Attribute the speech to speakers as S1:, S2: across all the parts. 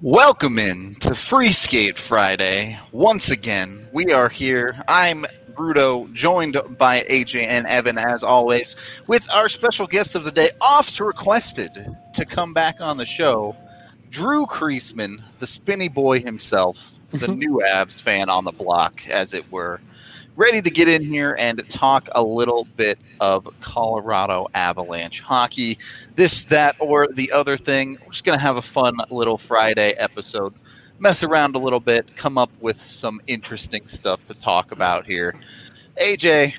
S1: Welcome in to Free Skate Friday. Once again, we are here. I'm Bruto, joined by AJ and Evan, as always, with our special guest of the day, oft requested to come back on the show, Drew Kreisman, the spinny boy himself, the new Avs fan on the block, as it were, ready to get in here and talk a little bit of Colorado Avalanche hockey this, that, or the other thing. We're just going to have a fun little Friday episode, mess around a little bit, come up with some interesting stuff to talk about here. AJ,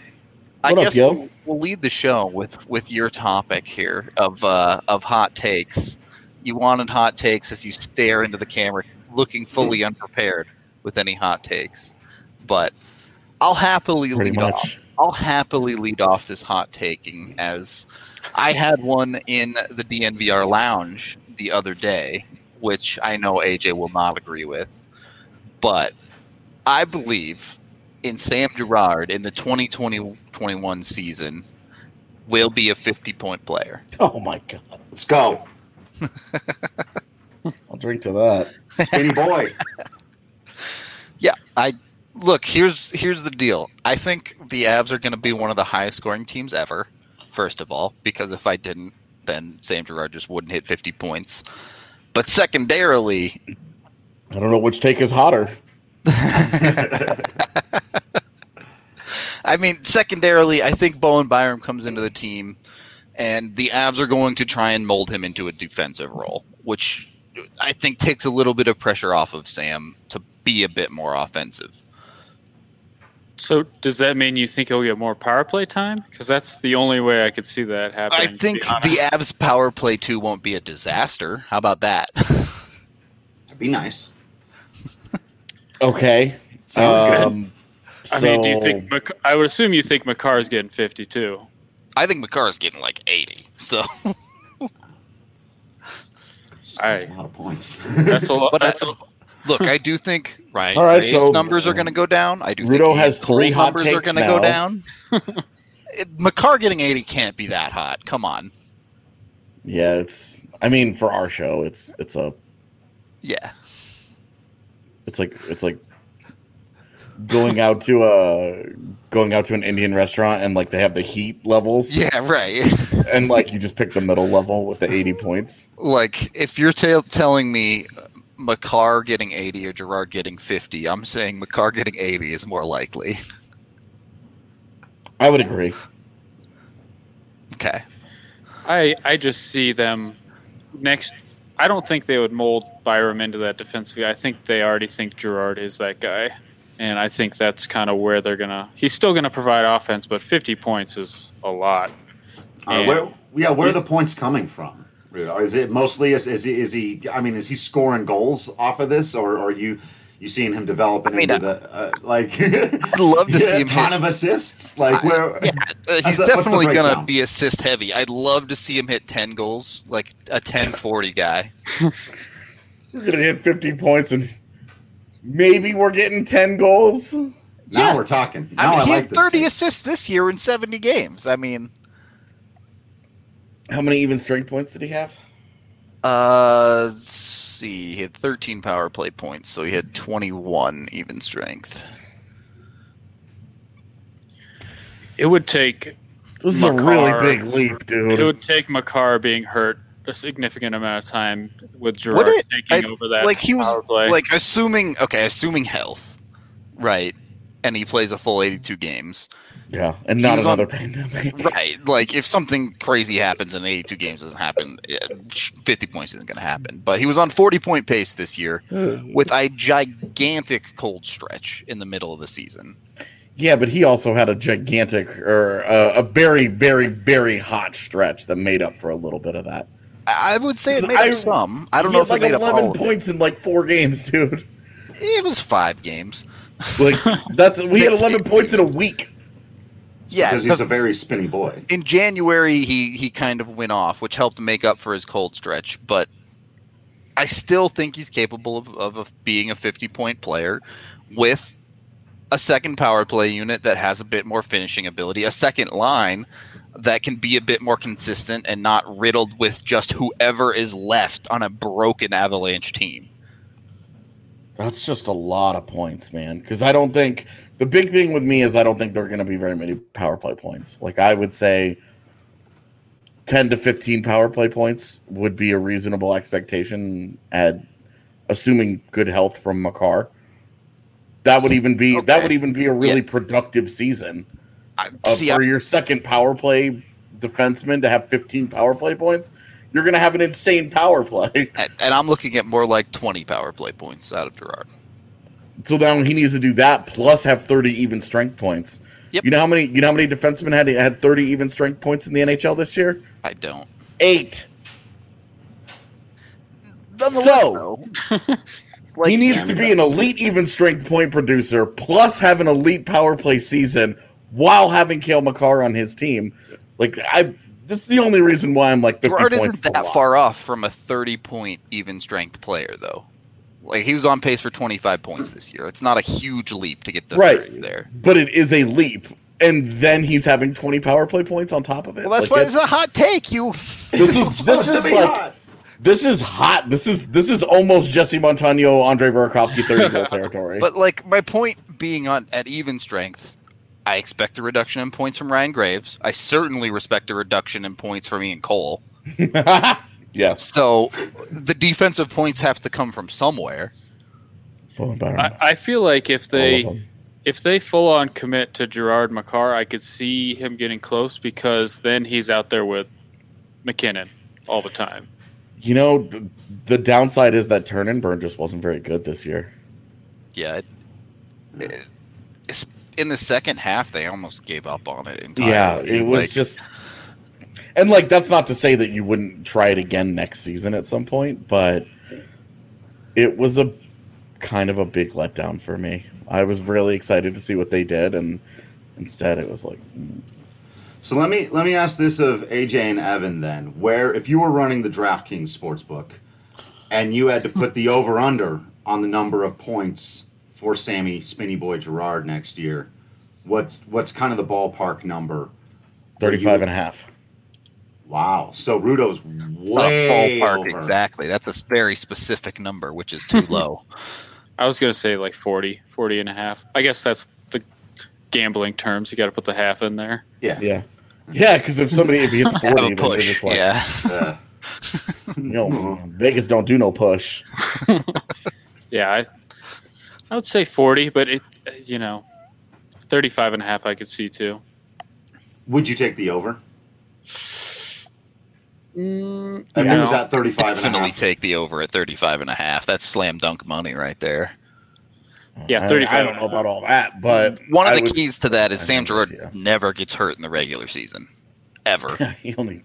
S1: I
S2: What up,
S1: guess
S2: yo?
S1: we'll, we'll lead the show with with your topic here of uh, of hot takes. You wanted hot takes as you stare into the camera, looking fully
S2: Mm.
S1: unprepared with any hot takes. But I'll happily
S2: pretty
S1: lead off.
S2: much.
S1: I'll happily lead off this hot taking as I had one in the DNVR lounge the other day, which I know AJ will not agree with, but I believe in Sam Gerard in the 2020-21 season will be a 50-point player.
S2: Oh my god!
S3: Let's go.
S2: I'll drink to that.
S3: Spinny boy.
S1: Look, here's here's the deal. I think the Avs are going to be one of the highest scoring teams ever. First of all, because if I didn't, then Sam Gerard just wouldn't hit 50 points. But secondarily,
S2: I don't know which take is hotter.
S1: I mean, secondarily, I think Bowen Byram comes into the team, and the Avs are going to try and mold him into a defensive role, which I think takes a little bit of pressure off of Sam to be a bit more offensive.
S4: So does that mean you think he'll get more power play time? Because that's the only way I could see that happen.
S1: I
S4: to
S1: think
S4: be
S1: the
S4: honest.
S1: Avs power play two won't be a disaster. How about that?
S3: That'd be nice.
S2: Okay. Um,
S3: Sounds good.
S4: I mean, do you
S2: so-
S4: think? Mc- I would assume you think McCarr is getting fifty-two.
S1: I think McCarr is getting like 80. So
S4: I-
S3: a lot of points.
S4: That's a lot.
S1: But
S4: that's
S1: I-
S4: a,
S1: look, I do think Ryan
S2: All right,
S1: Graves'
S2: so-
S1: numbers are going to go down. I do
S2: Rudo
S1: think
S2: has
S1: Cole's
S2: three hot
S1: numbers are
S2: takes
S1: going to go
S2: now.
S1: down. It- McCarr getting 80 can't be that hot. Come on.
S2: Yeah, it's. I mean, for our show, it's it's a
S1: Yeah.
S2: it's like it's like going out to a going out to an Indian restaurant and like they have the heat levels.
S1: Yeah, right.
S2: And like you just pick the middle level with the eighty points.
S1: like, if you're ta- telling me uh, McCarr getting 80 or Gerard getting 50, I'm saying McCarr getting 80 is more likely.
S2: I would agree.
S1: Okay.
S4: I I just see them next. I don't think they would mold Byram into that defensive. guy. I think they already think Gerard is that guy, and I think that's kind of where they're gonna. He's still gonna provide offense, but fifty points is a lot.
S3: Uh,
S4: Yeah.
S3: where, yeah, where are the
S4: He's-
S3: points coming from? Or Is it mostly is, is he is he? I mean, is he scoring goals off of this, or, are you you seeing him developing
S1: I mean,
S3: into the uh, like? I'd
S1: love to see him
S3: ton
S1: hit-
S3: of assists. Like where?
S1: Yeah, uh,
S3: How's
S1: he's
S3: that- what's the
S1: definitely going to
S3: breakdown?
S1: be assist heavy. I'd love to see him hit 10 goals, like a 10 40 guy.
S2: We're gonna hit fifty points and maybe we're getting ten goals.
S3: Now
S1: yeah.
S3: we're talking.
S1: I
S3: Now
S1: mean,
S3: I,
S1: he
S3: like
S1: had 30
S3: this.
S1: assists this year in 70 games. I mean,
S2: How many even strength points did he have?
S1: uh, let's see, he had 13 power play points, so he had 21 even strength.
S4: It would take
S2: This
S4: Makar.
S2: is a really big leap, dude.
S4: It would take Makar being hurt a significant amount of time with Gerard
S1: Would it?
S4: taking over that.
S1: like he was
S4: power play.
S1: like assuming okay, assuming health, right? And he plays a full 82 games,
S2: yeah, and not
S1: he was on-
S2: another pandemic.
S1: right? Like if something crazy happens and 82 games doesn't happen, yeah, 50 points isn't going to happen. But he was on 40 point pace this year
S3: Hmm.
S1: with a gigantic cold stretch in the middle of the season.
S2: Yeah, but he also had a gigantic or uh, a very, very, very hot stretch that made up for a little bit of that.
S1: I I would say it made
S2: I-
S1: up some. I don't
S2: He
S1: know
S2: had
S1: if
S2: like
S1: it made up
S2: eleven
S1: all of it.
S2: points in like four games, dude.
S1: It was five games.
S2: Like that's we had
S1: Six
S2: eleven
S1: games.
S2: points in a week.
S1: Yeah,
S3: because he's a very spinny boy.
S1: in January he he kind of went off, which helped make up for his cold stretch. But I still think he's capable of, of, of being a 50 point player with a second power play unit that has a bit more finishing ability, a second line that can be a bit more consistent and not riddled with just whoever is left on a broken Avalanche team.
S2: That's just a lot of points, man. Because I don't think the big thing with me is I don't think there are going to be very many power play points. Like I would say, ten to fifteen power play points would be a reasonable expectation at assuming good health from Makar. That would even be
S1: Okay.
S2: that would even be a really
S1: Yeah.
S2: productive season
S1: I,
S2: Uh,
S1: see,
S2: for
S1: I,
S2: your second power play defenseman to have fifteen power play points. You're going to have an insane power play.
S1: and I'm looking at more like 20 power play points out of Gerard.
S2: So now he needs to do that plus have 30 even strength points.
S1: Yep.
S2: You know how many you know how many defensemen had had 30 even strength points in the NHL this year?
S1: I don't.
S2: 8.
S1: Nonetheless,
S2: So-
S1: though,
S2: he needs
S3: yeah,
S2: to
S3: I mean,
S2: be an elite even strength point producer plus have an elite power play season while having Kale McCarr on his team. Like I this is the only reason why I'm like 50
S1: Gerard
S2: points
S1: isn't
S2: is a
S1: that
S2: lot.
S1: far off from a 30 point even strength player, though. Like he was on pace for 25 points this year. It's not a huge leap to get the
S2: Right.
S1: 30 there.
S2: But it is a leap. And then he's having 20 power play points on top of it.
S1: Well, that's
S2: Like,
S1: why
S2: it's-
S1: it's a hot take. You
S2: this is this
S3: Supposed
S2: is
S3: to be
S2: like
S3: hot.
S2: this is hot. This is this is almost Jesse Montano, Andre Burakovsky, thirty goal territory.
S1: But like my point being on at even strength, I expect a reduction in points from Ryan Graves. I certainly respect a reduction in points from Ian Cole.
S2: yes,
S1: So the defensive points have to come from somewhere.
S2: Well, Byron, all
S4: I, I feel like if
S2: of
S4: they
S2: them.
S4: if they full on commit to Gerard McCarr, I could see him getting close because then he's out there with McKinnon all the time.
S2: You know, th- the downside is that turn and burn just wasn't very good this year.
S1: Yeah. It, it's- in the second half, they almost gave up on it entirely.
S2: it was
S1: Like,
S2: just, and like that's not to say that you wouldn't try it again next season at some point, but it was a kind of a big letdown for me. I was really excited to see what they did, and instead it was like, mm,
S3: So let me let me ask this of AJ and Evan then. Where if you were running the DraftKings sportsbook and you had to put the over under on the number of points for Sammy Spinny Boy Gerard next year, what's what's kind of the ballpark number?
S2: 35 and a half.
S3: Wow. So Rudo's
S1: it's not a
S3: way
S1: ballpark
S3: over.
S1: exactly. That's a very specific number, which is too low.
S4: I was going to say like 40, 40 and a half. I guess that's the gambling terms. You got to put the half in there.
S3: Yeah.
S2: Yeah. Yeah, because if somebody if he hits
S1: Have
S2: forty,
S1: a
S2: then they're
S1: push.
S2: just like,
S1: yeah.
S3: Uh,
S2: you know,
S4: Mm-hmm.
S2: Vegas don't do no push.
S4: Yeah, I, I would say 40, but it, you know, 35 and a half I could see too.
S3: would you take the over?
S4: Mm,
S3: If it
S4: no.
S3: was at 35 and a
S1: Definitely
S3: half.
S1: take the over at 35 and a half. That's slam dunk money right there.
S4: Yeah,
S2: I-
S4: 35.
S2: I, don't know about all that, but
S1: One of
S2: I
S1: the
S2: would-
S1: keys to that is
S2: I
S1: Sam
S2: agree with
S1: Gerard
S2: you.
S1: never gets hurt in the regular season, ever.
S2: he only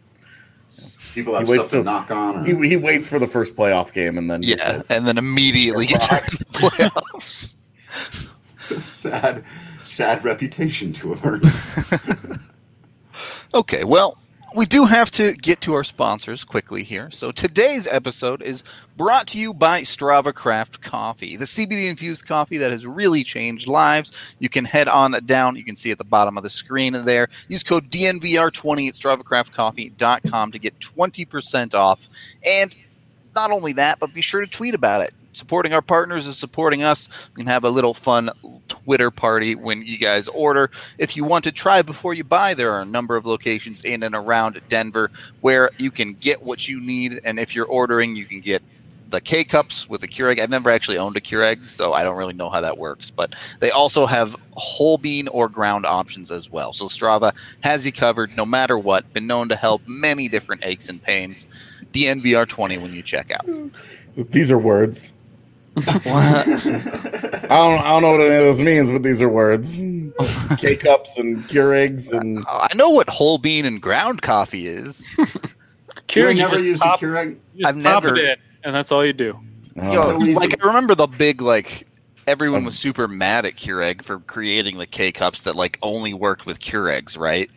S3: People have
S2: He waits
S3: stuff to
S2: till-
S3: knock on. Or,
S2: he, he waits for the first playoff game and then he
S1: yeah,
S2: says,
S1: and then immediately gets hurt in the playoffs.
S3: sad, sad reputation to have earned.
S1: Okay, well, we do have to get to our sponsors quickly here. So today's episode is brought to you by Strava Craft Coffee, the CBD infused coffee that has really changed lives. You can head on down. You can see at the bottom of the screen there. Use code DNVR20 at StravaCraftCoffee.com to get 20% off. And not only that, but be sure to tweet about it. Supporting our partners is supporting us. We can have a little fun Twitter party when you guys order. If you want to try before you buy, there are a number of locations in and around Denver where you can get what you need. And if you're ordering, you can get the K cups with the Keurig. I've never actually owned a Keurig, so I don't really know how that works. But they also have whole bean or ground options as well. So Strava has you covered no matter what, been known to help many different aches and pains. DNVR20 when you check out.
S2: "These are words." I don't I don't know what any of this means, but these are words. K cups and Keurigs and
S1: I know what whole bean and ground coffee is.
S3: You
S4: Keurig, you
S3: never
S4: just
S3: used
S4: pop-
S3: a Keurig.
S4: you just
S1: I've
S4: pop
S1: never-
S4: it in, and that's all you do.
S1: Yo,
S2: Oh,
S3: so easy.
S1: like I remember the big like everyone
S2: Um,
S1: was super mad at Keurig for creating the K cups that like only worked with Keurigs, right?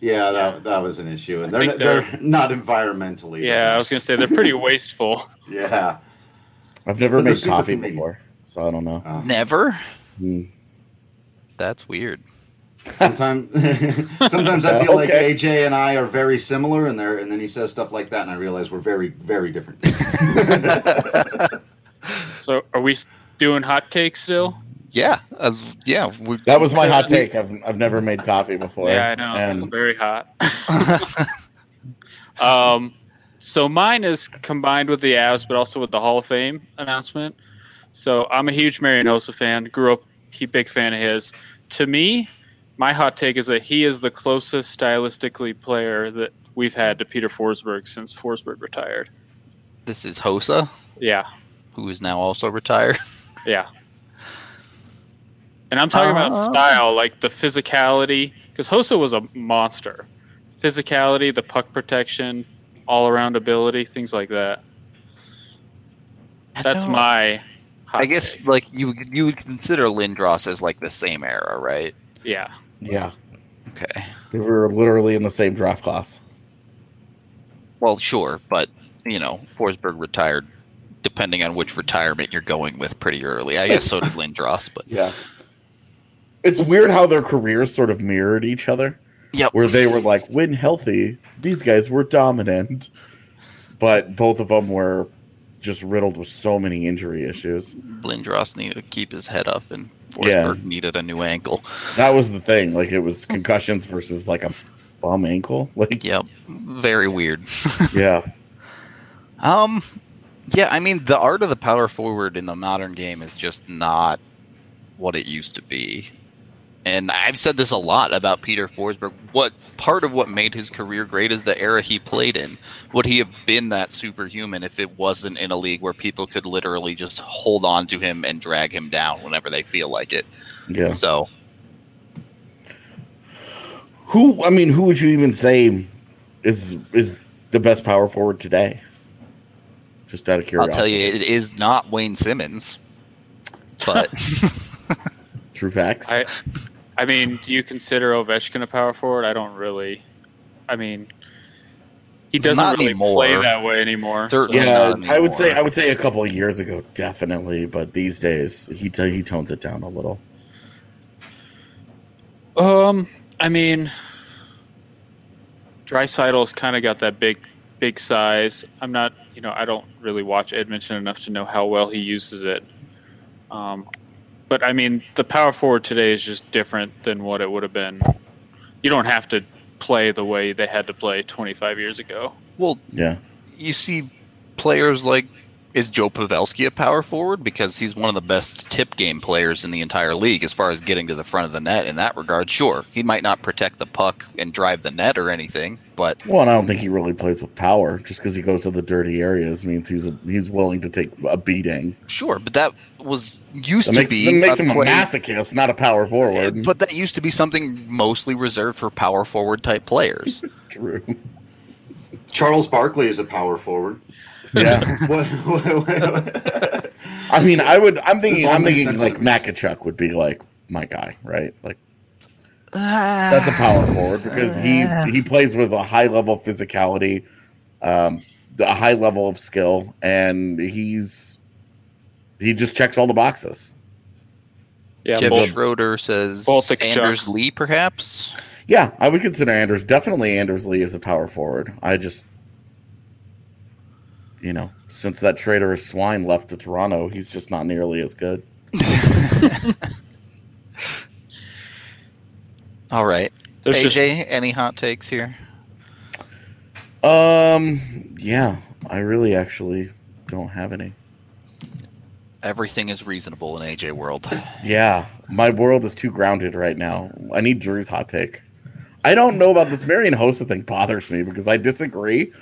S3: Yeah, that, that was an issue, and
S4: I
S3: they're, they're
S4: think
S3: not environmentally.
S4: Yeah, I was gonna
S3: balanced.
S4: say they're pretty wasteful.
S3: Yeah,
S2: I've never
S3: But they're
S2: made
S3: super
S2: coffee
S3: convenient.
S2: before, so I don't know.
S3: uh,
S1: Never.
S2: Hmm.
S1: That's weird.
S3: sometimes sometimes I feel like
S2: Okay.
S3: AJ and I are very similar, and there and then he says stuff like that, and I realize we're very very different.
S4: So are we doing hot cakes still?
S1: Yeah, uh, yeah. We,
S2: That was my hot take. I've, I've never made coffee before.
S4: Yeah, I know. it's
S2: And
S4: very hot. um, so mine is combined with the Avs, but also with the Hall of Fame announcement. So I'm a huge Marianosa fan. Grew up, he big fan of his. To me, my hot take is that he is the closest stylistically player that we've had to Peter Forsberg since Forsberg retired.
S1: This is Hosa,
S4: Yeah,
S1: who is now also retired.
S4: yeah. And I'm talking
S1: Uh-huh.
S4: about style, like the physicality, because Hosa was a monster. Physicality, the puck protection, all around ability, things like that.
S1: I
S4: That's
S1: don't-
S4: my. Hot
S1: I guess
S4: take.
S1: like you would- you would consider Lindros as like the same era, right?
S4: Yeah.
S2: yeah,
S1: Okay.
S2: they were literally in the same draft class.
S1: Well, sure, but you know, Forsberg retired. Depending on which retirement you're going with, pretty early. I guess so did Lindros, but
S2: Yeah. It's weird how their careers sort of mirrored each other.
S1: Yep.
S2: Where they were like, when healthy, these guys were dominant. But both of them were just riddled with so many injury issues.
S1: Lindros needed to keep his head up, and
S2: Yeah.
S1: Forsberg needed a new ankle.
S2: That was the thing. Like, it was concussions versus like a bum ankle. Like,
S1: Yep, very weird.
S2: yeah.
S1: Um, yeah, I mean the art of the power forward in the modern game is just not what it used to be. And I've said this a lot about Peter Forsberg. What part of what made his career great is the era he played in. Would he have been that superhuman if it wasn't in a league where people could literally just hold on to him and drag him down whenever they feel like it?
S2: Yeah.
S1: So
S2: Who, I mean, who would you even say is is the best power forward today? Just out of
S1: I'll
S2: curiosity.
S1: tell you, it is not Wayne Simmons. But
S2: True facts.
S4: I, I mean, do you consider Ovechkin a power forward? I don't really. I mean, he doesn't
S1: Not
S4: really
S1: anymore.
S4: play that way anymore. so-
S1: Certainly.
S2: yeah,
S1: not
S2: I would say
S1: anymore.
S2: I would say a couple of years ago, definitely, but these days he t- he tones it down a little.
S4: Um, I mean, Drysidle's kind of got that big, big size. I'm not, you know, I don't really watch Edmonton enough to know how well he uses it. Um, but I mean, the power forward today is just different than what it would have been. You don't have to play the way they had to play 25 years ago.
S1: well,
S2: Yeah,
S1: you see players like is Joe Pavelski a power forward because he's one of the best tip game players in the entire league as far as getting to the front of the net in that regard. Sure, he might not protect the puck and drive the net or anything, but
S2: well, and I don't think he really plays with power. Just because he goes to the dirty areas means he's a, he's willing to take a beating.
S1: sure, but that was used
S2: That
S1: to
S2: makes,
S1: be
S2: that makes
S1: a
S2: him a
S1: play-
S2: masochist, not a power forward.
S1: but that used to be something mostly reserved for power forward type players.
S2: True.
S3: Charles Barkley is a power forward.
S2: Yeah,
S3: What, what, what-
S2: I mean, I would. I'm
S3: This
S2: thinking.
S3: all
S2: I'm
S3: makes
S2: thinking like
S3: sense.
S2: Makachuk would be like my guy, right? Like
S1: Ah,
S2: that's a power forward because he he plays with a high level of physicality, um, a high level of skill, and he's he just checks all the boxes.
S4: Yeah,
S1: Jeff
S4: Bol-
S1: Schroeder says
S4: Baltic
S1: Anders
S4: Jocks.
S1: Lee, perhaps.
S2: Yeah, I would consider Anders definitely Anders Lee is a power forward. I just you know since that traitorous swine left to Toronto, he's just not nearly as good.
S1: All right,
S4: there's just
S1: AJ, any hot takes here?
S2: Um, yeah, I really actually don't have any.
S1: Everything is reasonable in AJ world.
S2: Yeah, my world is too grounded right now. I need Drew's hot take. I don't know about this Marion Hosa thing bothers me because I disagree,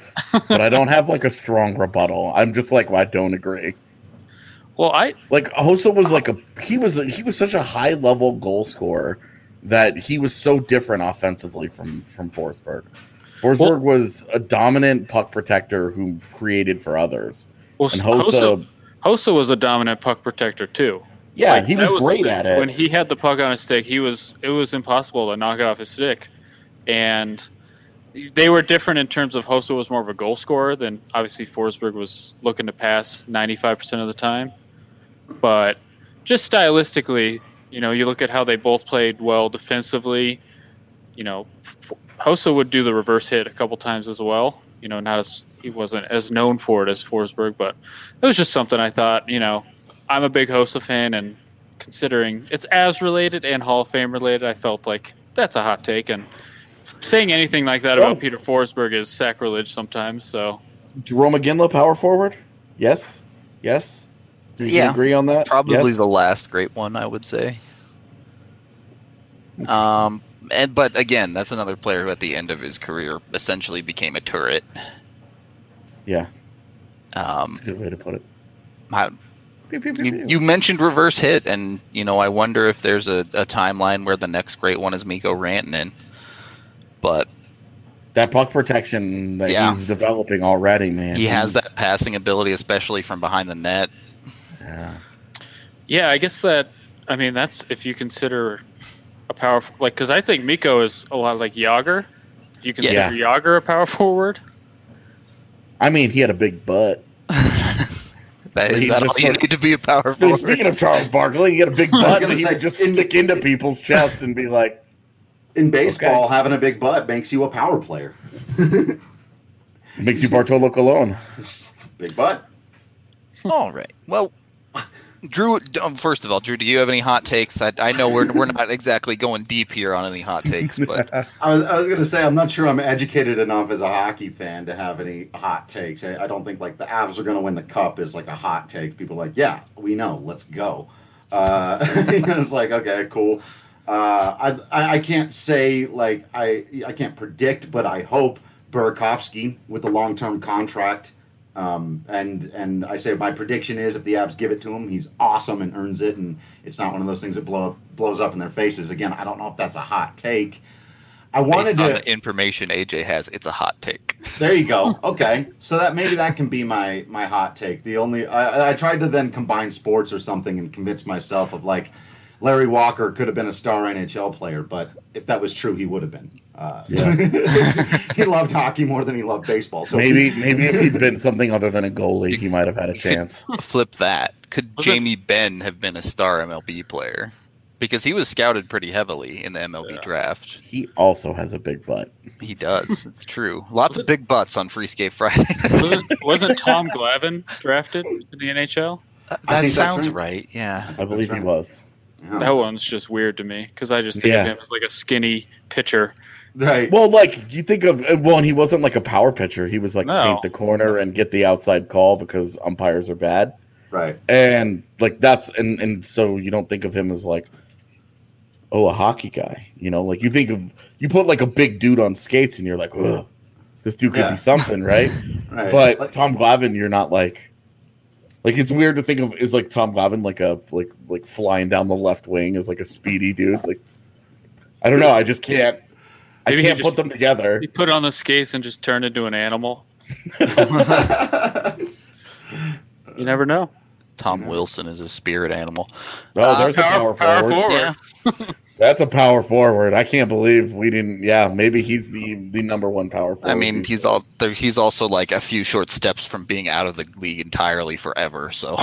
S2: but I don't have like a strong rebuttal. I'm just like well, I don't agree.
S4: well, I
S2: Like Hosa was like a he was he was such a high level goal scorer that he was so different offensively from from Forsberg. Forsberg
S4: Well-
S2: was a dominant puck protector who created for others,
S4: well,
S2: and
S4: Hosa,
S2: Hosa,
S4: Hosa was a dominant puck protector too.
S2: yeah,
S4: Like,
S2: he
S4: that
S2: was
S4: the
S2: great
S4: thing.
S2: at it.
S4: When he had the puck on his stick, he was it was impossible to knock it off his stick. and they were different in terms of Hossa was more of a goal scorer than obviously Forsberg was looking to pass 95% of the time. But just stylistically, you know, you look at how they both played well defensively. You know, F- Hossa would do the reverse hit a couple times as well. You know, not as he wasn't as known for it as Forsberg, but it was just something I thought. You know, I'm a big Hossa fan, and considering it's as related and Hall of Fame related, I felt like that's a hot take. And saying anything like that
S2: Oh.
S4: about Peter Forsberg is sacrilege sometimes. So
S2: Jerome McGinley, power forward. Yes, yes. Do you
S1: Yeah.
S2: agree on that?
S1: Probably
S2: Yes?
S1: the last great one, I would say. Um, and but again, that's another player who, at the end of his career, essentially became a turret.
S2: yeah.
S1: Um,
S2: That's a good way to put it.
S1: I-
S2: Pew, pew, pew,
S1: you,
S2: pew.
S1: you mentioned reverse hit, and you know, I wonder if there's a, a timeline where the next great one is Miko Rantanen. But
S2: that puck protection that
S1: Yeah.
S2: he's developing already, man.
S1: he has
S2: He's-
S1: that passing ability, especially from behind the net.
S2: Yeah.
S4: yeah, I guess that. I mean, that's if you consider a power f- like because I think Miko is a lot like Yager. Do you
S2: Yeah.
S4: consider Yager a power forward?
S2: I mean, he had a big butt.
S1: That is
S2: He
S1: that all
S2: just
S1: you
S2: sort of-
S1: need to be a power
S2: Spe-
S1: forward.
S2: Speaking of Charles Barkley, he had a big
S3: was
S2: butt
S3: gonna
S2: that he
S3: say,
S2: would just
S3: in-
S2: stick into people's chest and be like,
S3: In baseball, having a big butt makes you a power player.
S2: makes you Bartolo Colon.
S3: big butt.
S1: All right. Well, Drew. Um, first of all, Drew, do you have any hot takes? I, I know we're we're not exactly going deep here on any hot takes, but
S3: I was, I was going to say, I'm not sure I'm educated enough as a hockey fan to have any hot takes. I, I don't think like the Avs are going to win the cup is like a hot take. People are like, yeah, we know, let's go. Uh, it's like, okay, cool. Uh, I, I I can't say like I I can't predict, but I hope Burakovsky with the long term contract. Um, and and I say my prediction is if the Avs give it to him, he's awesome and earns it, and it's not one of those things that blow up, blows up in their faces. Again, I don't know if that's a hot take. I wanted
S1: based on
S3: to.
S1: the information AJ has, it's a hot take.
S3: There you go. Okay, so that maybe that can be my my hot take. The only I, I tried to then combine sports or something and convince myself of like Larry Walker could have been a star NHL player, but if that was true, he would have been. Uh, he loved hockey more than he loved baseball. So
S2: Maybe, maybe if he'd been something other than a goalie, he might have had a chance.
S1: Flip that. Could
S4: Was it-
S1: Jamie Benn have been a star MLB player? Because he was scouted pretty heavily in the MLB
S4: Yeah.
S1: draft.
S2: He also has a big butt.
S1: He does. It's true. Lots of big butts on Free Skate Friday.
S4: Wasn't, wasn't Tom Glavine drafted in the NHL?
S3: I
S1: that
S3: think that's
S1: sounds
S3: right.
S1: right. Yeah.
S2: I believe he
S3: right.
S2: was.
S3: Yeah.
S4: That one's just weird to me because I just think
S2: Yeah.
S4: of him as like a skinny pitcher.
S3: right.
S2: Well, like you think of uh, well, and he wasn't like a power pitcher. He was like
S4: No.
S2: paint the corner and get the outside call because umpires are bad.
S3: Right.
S2: And like that's and and so you don't think of him as like oh a hockey guy. You know, like you think of you put like a big dude on skates and you're like, oh, this dude could
S3: Yeah.
S2: be something, right?
S3: Right.
S2: but
S3: Like-
S2: Tom Glavine, you're not like like it's weird to think of is like Tom Glavine like a like like flying down the left wing as like a speedy dude. Like I don't know, I just can't
S4: Maybe
S2: I
S4: he
S2: can't
S4: just- Uh,
S2: put them together.
S4: He put on the skates and just turned into an animal. You never know.
S1: Tom Wilson is a spirit animal.
S2: Oh,
S1: Uh,
S2: there's a power, forward.
S1: Yeah.
S2: That's a power forward. I can't believe we didn't. Yeah, maybe he's the the number one power forward.
S1: I mean,
S2: these
S1: he's
S2: days.
S1: all there, he's also like a few short steps from being out of the league entirely forever. So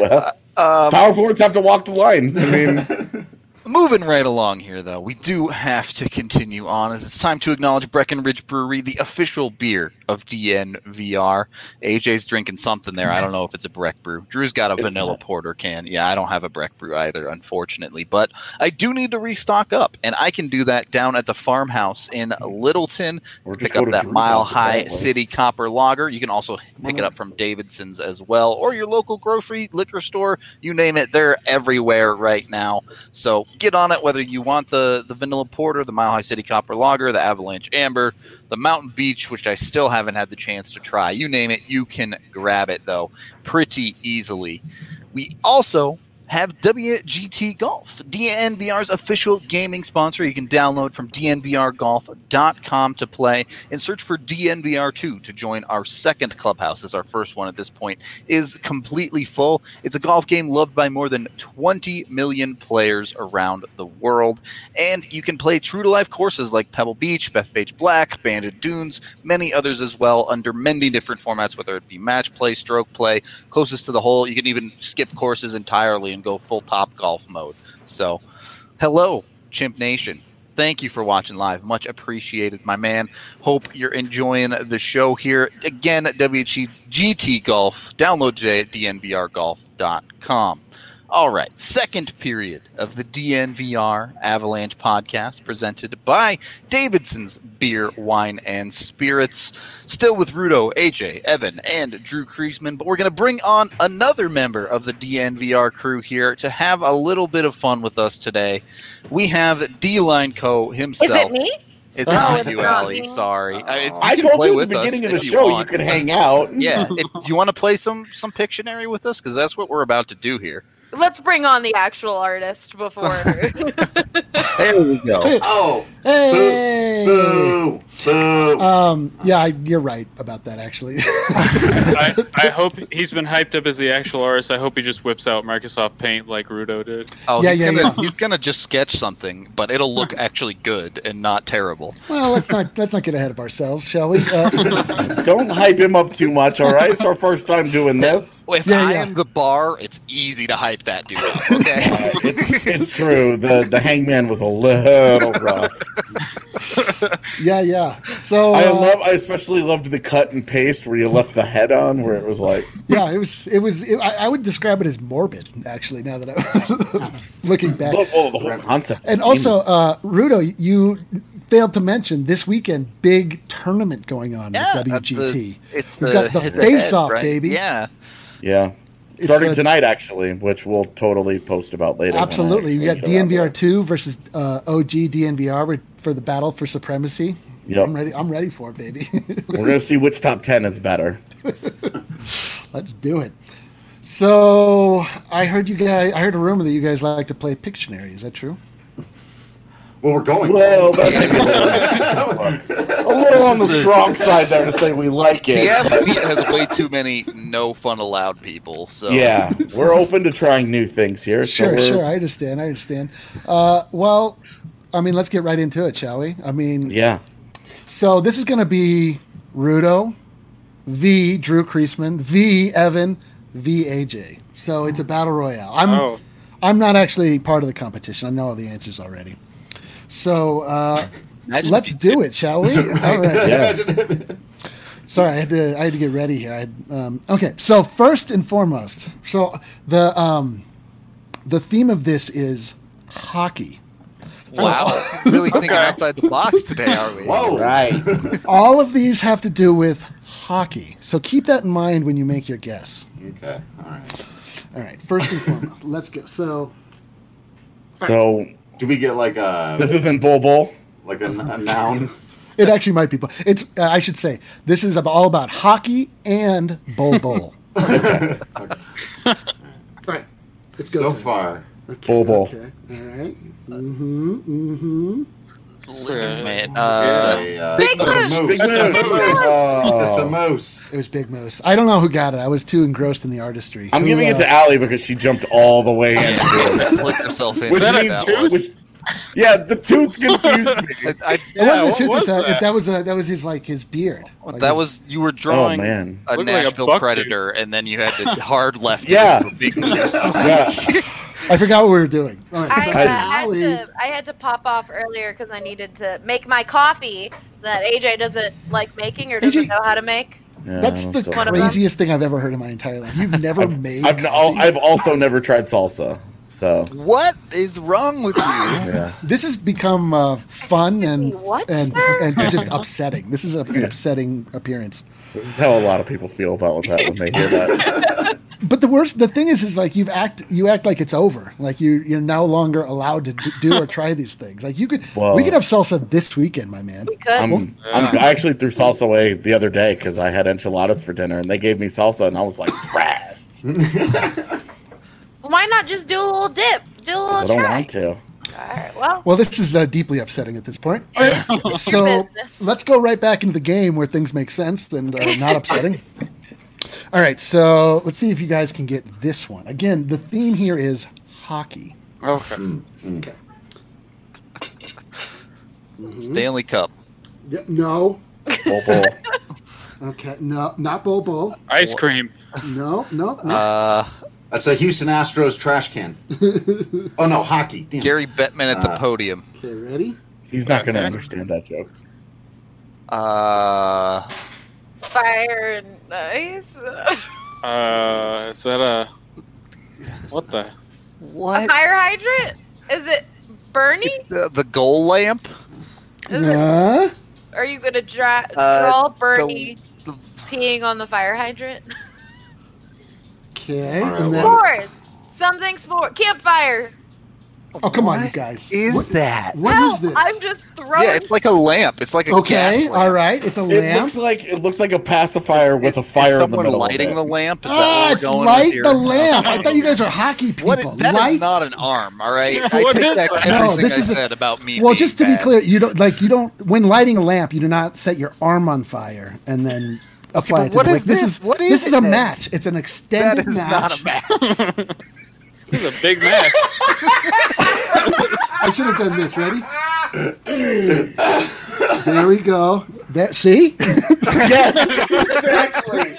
S2: well,
S1: um,
S2: power forwards have to walk the line. I mean,
S1: Moving right along here, though, we do have to continue on as it's time to acknowledge Breckenridge Brewery, the official beer of DNVR. AJ's drinking something there. I don't know if it's a Breck brew. Drew's got a
S2: It's
S1: vanilla
S2: not.
S1: porter can. Yeah, I don't have a Breck brew either, unfortunately. But I do need to restock up, and I can do that down at the farmhouse in Littleton.
S2: Or
S1: Pick
S2: just go
S1: up
S2: to
S1: that
S2: Drew's
S1: mile
S2: house if that
S1: high
S2: works.
S1: city copper lager. You can also pick it up from Davidson's as well, or your local grocery, liquor store, you name it. They're everywhere right now. So get on it, whether you want the, the vanilla porter, the Mile High City Copper Lager, the Avalanche Amber, the Mountain Beach, which I still haven't had the chance to try. You name it, you can grab it, though, pretty easily. We also have WGT Golf, DNVR's official gaming sponsor. You can download from dnvrgolf.com to play and search for DNVR2 to join our second clubhouse, as our first one at this point is completely full. It's a golf game loved by more than 20 million players around the world. And you can play true to life courses like Pebble Beach, Bethpage Black, Banded Dunes, many others as well, under many different formats, whether it be match play, stroke play, closest to the hole. You can even skip courses entirely and go full top golf mode. So, hello, Chimp Nation. Thank you for watching live. Much appreciated, my man. Hope you're enjoying the show here. Again, at WGT Golf. Download today at dnvrgolf.com. All right, second period of the DNVR Avalanche podcast presented by Davidson's Beer, Wine, and Spirits. Still with Rudo, AJ, Evan, and Drew Kriesman, but we're going to bring on another member of the DNVR crew here to have a little bit of fun with us today. We have D Line Co.
S5: Is
S1: himself.
S5: it me?
S1: It's
S2: Oh,
S1: not
S5: it's
S1: you,
S5: not
S1: Allie.
S5: me.
S1: Sorry. I,
S2: I
S1: can
S2: told
S1: play
S2: you
S1: with
S2: at the
S1: us
S2: beginning of the
S1: if
S2: show you
S1: want.
S2: could hang out.
S1: Yeah, if you want to play some some Pictionary with us, because that's what we're about to do here.
S5: Let's bring on the actual artist before. uh,
S1: There we go.
S3: Oh,
S6: Hey.
S3: boo, boo.
S6: Um, yeah, I, you're right about that, actually.
S4: I, I hope he's been hyped up as the actual artist. I hope he just whips out Microsoft Paint like Rudo did.
S1: Oh,
S6: Yeah,
S1: he's,
S6: yeah,
S1: gonna, he's gonna just sketch something, but it'll look actually good and not terrible.
S6: well, let's not let's not get ahead of ourselves, shall we? Uh,
S2: Don't hype him up too much, all right? It's our first time doing this.
S1: If
S6: Yeah,
S1: I
S6: yeah.
S1: am the bar, it's easy to hype that dude up. Okay.
S2: It's, it's true. The the hangman was a little rough.
S6: yeah, yeah. So
S2: I
S6: uh,
S2: love. I especially loved the cut and paste where you left the head on, where it was like,
S6: yeah, it was it was. It, I, I would describe it as morbid, actually. Now that I'm looking back,
S2: whoa, whoa, the whole concept.
S6: and also, uh, Rudo, you failed to mention this weekend big tournament going on
S1: Yeah,
S6: at
S1: at the-
S6: WGT.
S1: it's
S6: We've
S1: the,
S6: got the
S1: hit
S6: face-off,
S1: head, right?
S6: baby.
S1: Yeah.
S2: yeah,
S6: It's
S2: starting
S6: a-
S2: tonight actually, which we'll totally post about later. when I
S6: Absolutely, we got
S2: actually get around to
S6: DNVR
S2: it.
S6: two versus uh, OG DNVR with- for the battle for supremacy.
S2: Yep.
S6: I'm ready. I'm ready for it, baby.
S2: We're gonna see which top ten is better.
S6: Let's do it. So I heard you guys. I heard a rumor that you guys like to play Pictionary. Is that true?
S3: Well, we're going.
S2: Well,
S3: to.
S2: that's a little on the strong side there to say we like
S1: The
S2: it.
S1: FB has way too many no fun allowed people. So
S2: Yeah, we're open to trying new things here. so
S6: Sure,
S2: we're-
S6: sure. I understand. I understand. Uh, well, I mean, let's get right into it, shall we? I mean,
S2: Yeah,
S6: so this is going to be Rudo, V Drew Kreisman, V Evan, V AJ. So it's a battle royale. I'm
S4: Oh,
S6: I'm not actually part of the competition. I know all the answers already. So uh,
S1: Imagine
S6: let's
S1: if you
S6: do it, shall we? All right.
S2: yeah.
S6: Sorry, I had to I had to get ready here. I had, um, okay, so first and foremost, so the um, the theme of this is hockey.
S1: did- Wow. really thinking outside the box today, are we?
S3: Whoa.
S2: Right.
S6: All of these have to do with hockey, so keep that in mind when you make your guess.
S3: Okay. All right.
S6: All right, first and foremost, let's go. So
S2: So
S3: Do we get like a
S2: this isn't Bull Bull.
S3: like a, a noun?
S6: it actually might be. It's uh, I should say this is ab- all about hockey and bowl bowl. all right, let's go.
S3: So
S6: time.
S3: far,
S6: Okay,
S2: Bowl bowl.
S6: Okay. All right. Mm-hmm. Mm-hmm.
S1: Lizard
S4: Uh,
S1: man.
S3: it's
S1: Uh,
S3: a, uh,
S5: Big
S3: a
S5: moose.
S3: moose.
S2: Big
S3: It's a
S2: moose.
S3: moose. It's a
S2: Oh.
S3: moose.
S6: It was Big Moose. I don't know who got it. I was too engrossed in the artistry.
S2: I'm
S6: Who,
S2: giving it
S6: uh,
S2: to Allie because she jumped all the way in.
S1: Look yourself in.
S2: Which
S1: with
S2: means-
S1: that one.
S2: which- yeah, the tooth confused me.
S1: I, I,
S6: It wasn't
S4: Yeah,
S6: a tooth.
S4: what was
S6: it's a-
S4: that?
S6: That was a, that was his like his beard. Like,
S1: that
S6: his-
S1: was you were
S2: Oh
S1: drawing
S2: man.
S1: a
S4: Looked like a
S1: Nashville
S4: buck
S1: Predator, and then you had to hard left.
S2: Yeah.
S1: it into a big moose.
S2: Yeah.
S6: I forgot what we were doing. All right,
S5: I, uh,
S6: so
S5: had
S6: Allie-
S5: to, I had to pop off earlier because I needed to make my coffee that AJ doesn't like making or doesn't
S6: AJ
S5: know how to make.
S2: Yeah,
S6: That's
S2: I'm
S6: the
S2: so-
S5: One of them.
S6: craziest thing I've ever heard in my entire life. You've never made.
S2: I've, n- al- I've also never tried salsa. So
S1: What is wrong with you?
S2: yeah.
S6: this has become uh, fun and
S5: me, what,
S6: and
S5: sir?
S6: and just upsetting. This is a, an upsetting appearance.
S2: This is how a lot of people feel about what that when they hear that.
S6: But the worst, the thing is, is like you've act you act like it's over. Like you you're no longer allowed to d- do or try these things. Like you could
S2: Whoa.
S6: we could have salsa this weekend, my man.
S5: We could.
S2: I'm, I'm, I actually threw salsa away the other day because I had enchiladas for dinner and they gave me salsa and I was like, trash.
S5: Why not just do a little dip? Do a
S2: 'Cause I
S5: little
S2: don't
S5: try.
S2: want to.
S5: All right. Well,
S6: Well, this is uh, deeply upsetting at this point.
S5: it's your
S6: so
S5: business.
S6: let's go right back into the game where things make sense and are not upsetting. All right, so let's see if you guys can get this one. Again, the theme here is hockey.
S4: Okay.
S3: Okay.
S1: Stanley Cup.
S6: no.
S2: Bull, bull.
S6: Okay. No, not Bo Bo.
S4: Ice cream.
S6: No, no, no.
S1: Uh,
S3: That's a Houston Astros trash can. oh no, hockey. Damn.
S1: Gary Bettman at the
S3: Uh,
S1: podium.
S6: okay, ready?
S2: He's not going to
S4: Okay.
S2: understand that joke.
S1: Uh,
S5: fire and ice. a
S4: Uh, is that a what the?
S1: what?
S5: fire hydrant? Is it Bernie?
S1: The, the goal lamp?
S5: Is it,
S2: uh,
S6: Nah.
S5: are you gonna dra-
S1: Uh,
S5: draw Bernie
S1: the-
S5: peeing on the fire hydrant?
S6: Okay.
S3: All right,
S6: and then,
S3: well-
S5: Sports. Something sport. Campfire.
S6: oh, come on, you
S1: What
S6: guys.
S1: Is
S6: What-
S1: that?
S6: What
S5: Help,
S6: is this?
S5: I'm just throwing.
S1: Yeah, it's like a lamp. It's like a gas
S6: okay.
S1: lamp.
S6: All right. It's a
S2: It
S6: lamp.
S2: looks like it looks like a pacifier with a
S1: Is- is
S2: fire in the
S1: someone
S2: middle.
S1: lighting
S2: of
S1: the
S2: it.
S1: lamp? Is that
S6: Ah,
S1: where we're
S6: it's
S1: going
S6: light
S1: with here?
S6: the lamp. I thought you guys were hockey people.
S1: What? That is
S6: light
S1: not an arm. All right. I
S4: What
S1: take
S4: is
S1: back
S4: that?
S1: everything
S6: No, this
S1: I
S6: is a-
S1: said about me.
S6: well
S1: being
S6: just to be
S1: bad.
S6: clear you don't like you don't when lighting a lamp you do not set your arm on fire and then apply
S1: but
S6: it to
S1: what
S6: the
S1: is
S6: wick. this
S1: this?
S6: is
S1: What
S6: this
S1: is
S6: is
S1: it
S6: a
S1: then?
S6: match it's an
S1: that
S6: extended
S1: is
S6: match
S1: not a match.
S4: This is a big match.
S6: i should have done this ready there we go there see
S2: Yes, exactly.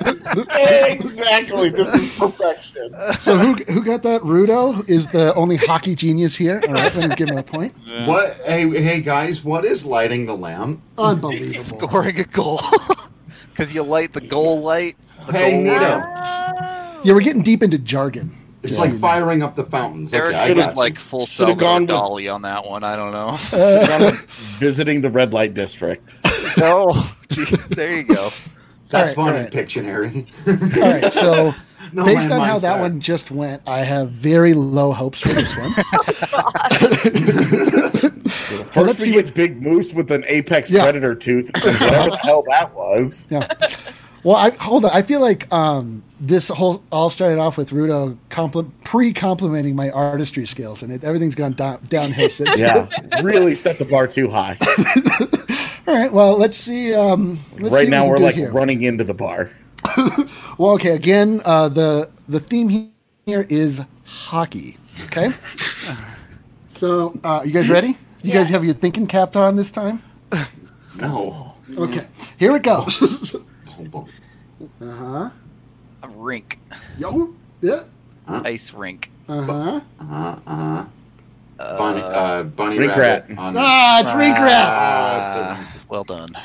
S2: exactly. This is perfection.
S6: so who who got that rudo is the only hockey genius here all right let me give him a point
S3: What? Hey, hey guys, what is lighting the lamp?
S6: unbelievable
S1: Scoring a goal because you light the goal light. The
S3: Hey,
S1: goal
S3: Nito.
S1: lamp.
S5: Oh.
S6: yeah we're getting deep into jargon
S3: It's
S6: Yeah.
S3: like firing up the fountains.
S1: Eric
S3: Okay, I
S1: should
S3: got
S1: have
S3: you.
S1: like full
S2: Shoulda gone
S1: Salvador
S2: with-
S1: Dali on that one. I don't know.
S2: Visiting the red light district.
S1: no, there you go.
S3: that's
S6: Alright,
S3: fun
S6: alright.
S3: in Pictionary.
S6: all right so
S3: No
S6: based on how
S3: landmines
S6: that
S3: there.
S6: one just went, I have very low hopes for this one.
S2: First
S6: let's
S2: we
S6: see
S2: get Big Moose with an apex
S6: Yeah.
S2: predator tooth. Whatever the hell that was.
S6: Yeah. Well, I hold on. I feel like um, this whole all started off with Rudo compli pre complimenting my artistry skills, and it, everything's gone down, downhill since.
S2: Yeah, really set the bar too high.
S6: All right. Well, let's see. Um, let's
S2: right
S6: see
S2: now
S6: what
S2: we're
S6: we can do
S2: like
S6: here.
S2: running into the bar.
S6: Well, okay. Again, uh, the the theme he- here is hockey. Okay. so, uh, you guys ready? You guys
S5: Yeah.
S6: have your thinking cap on this time?
S3: No.
S6: Okay. Here it goes.
S3: Boom, boom.
S6: uh huh.
S1: A rink,
S6: Yo. Yeah.
S1: ice rink.
S6: Uh huh.
S3: Uh-huh, uh-huh. Bunny, uh, bunny
S2: Rink
S3: rabbit.
S2: rat.
S3: On,
S6: Ah, it's rink rat.
S3: Ah,
S1: Ah, well done.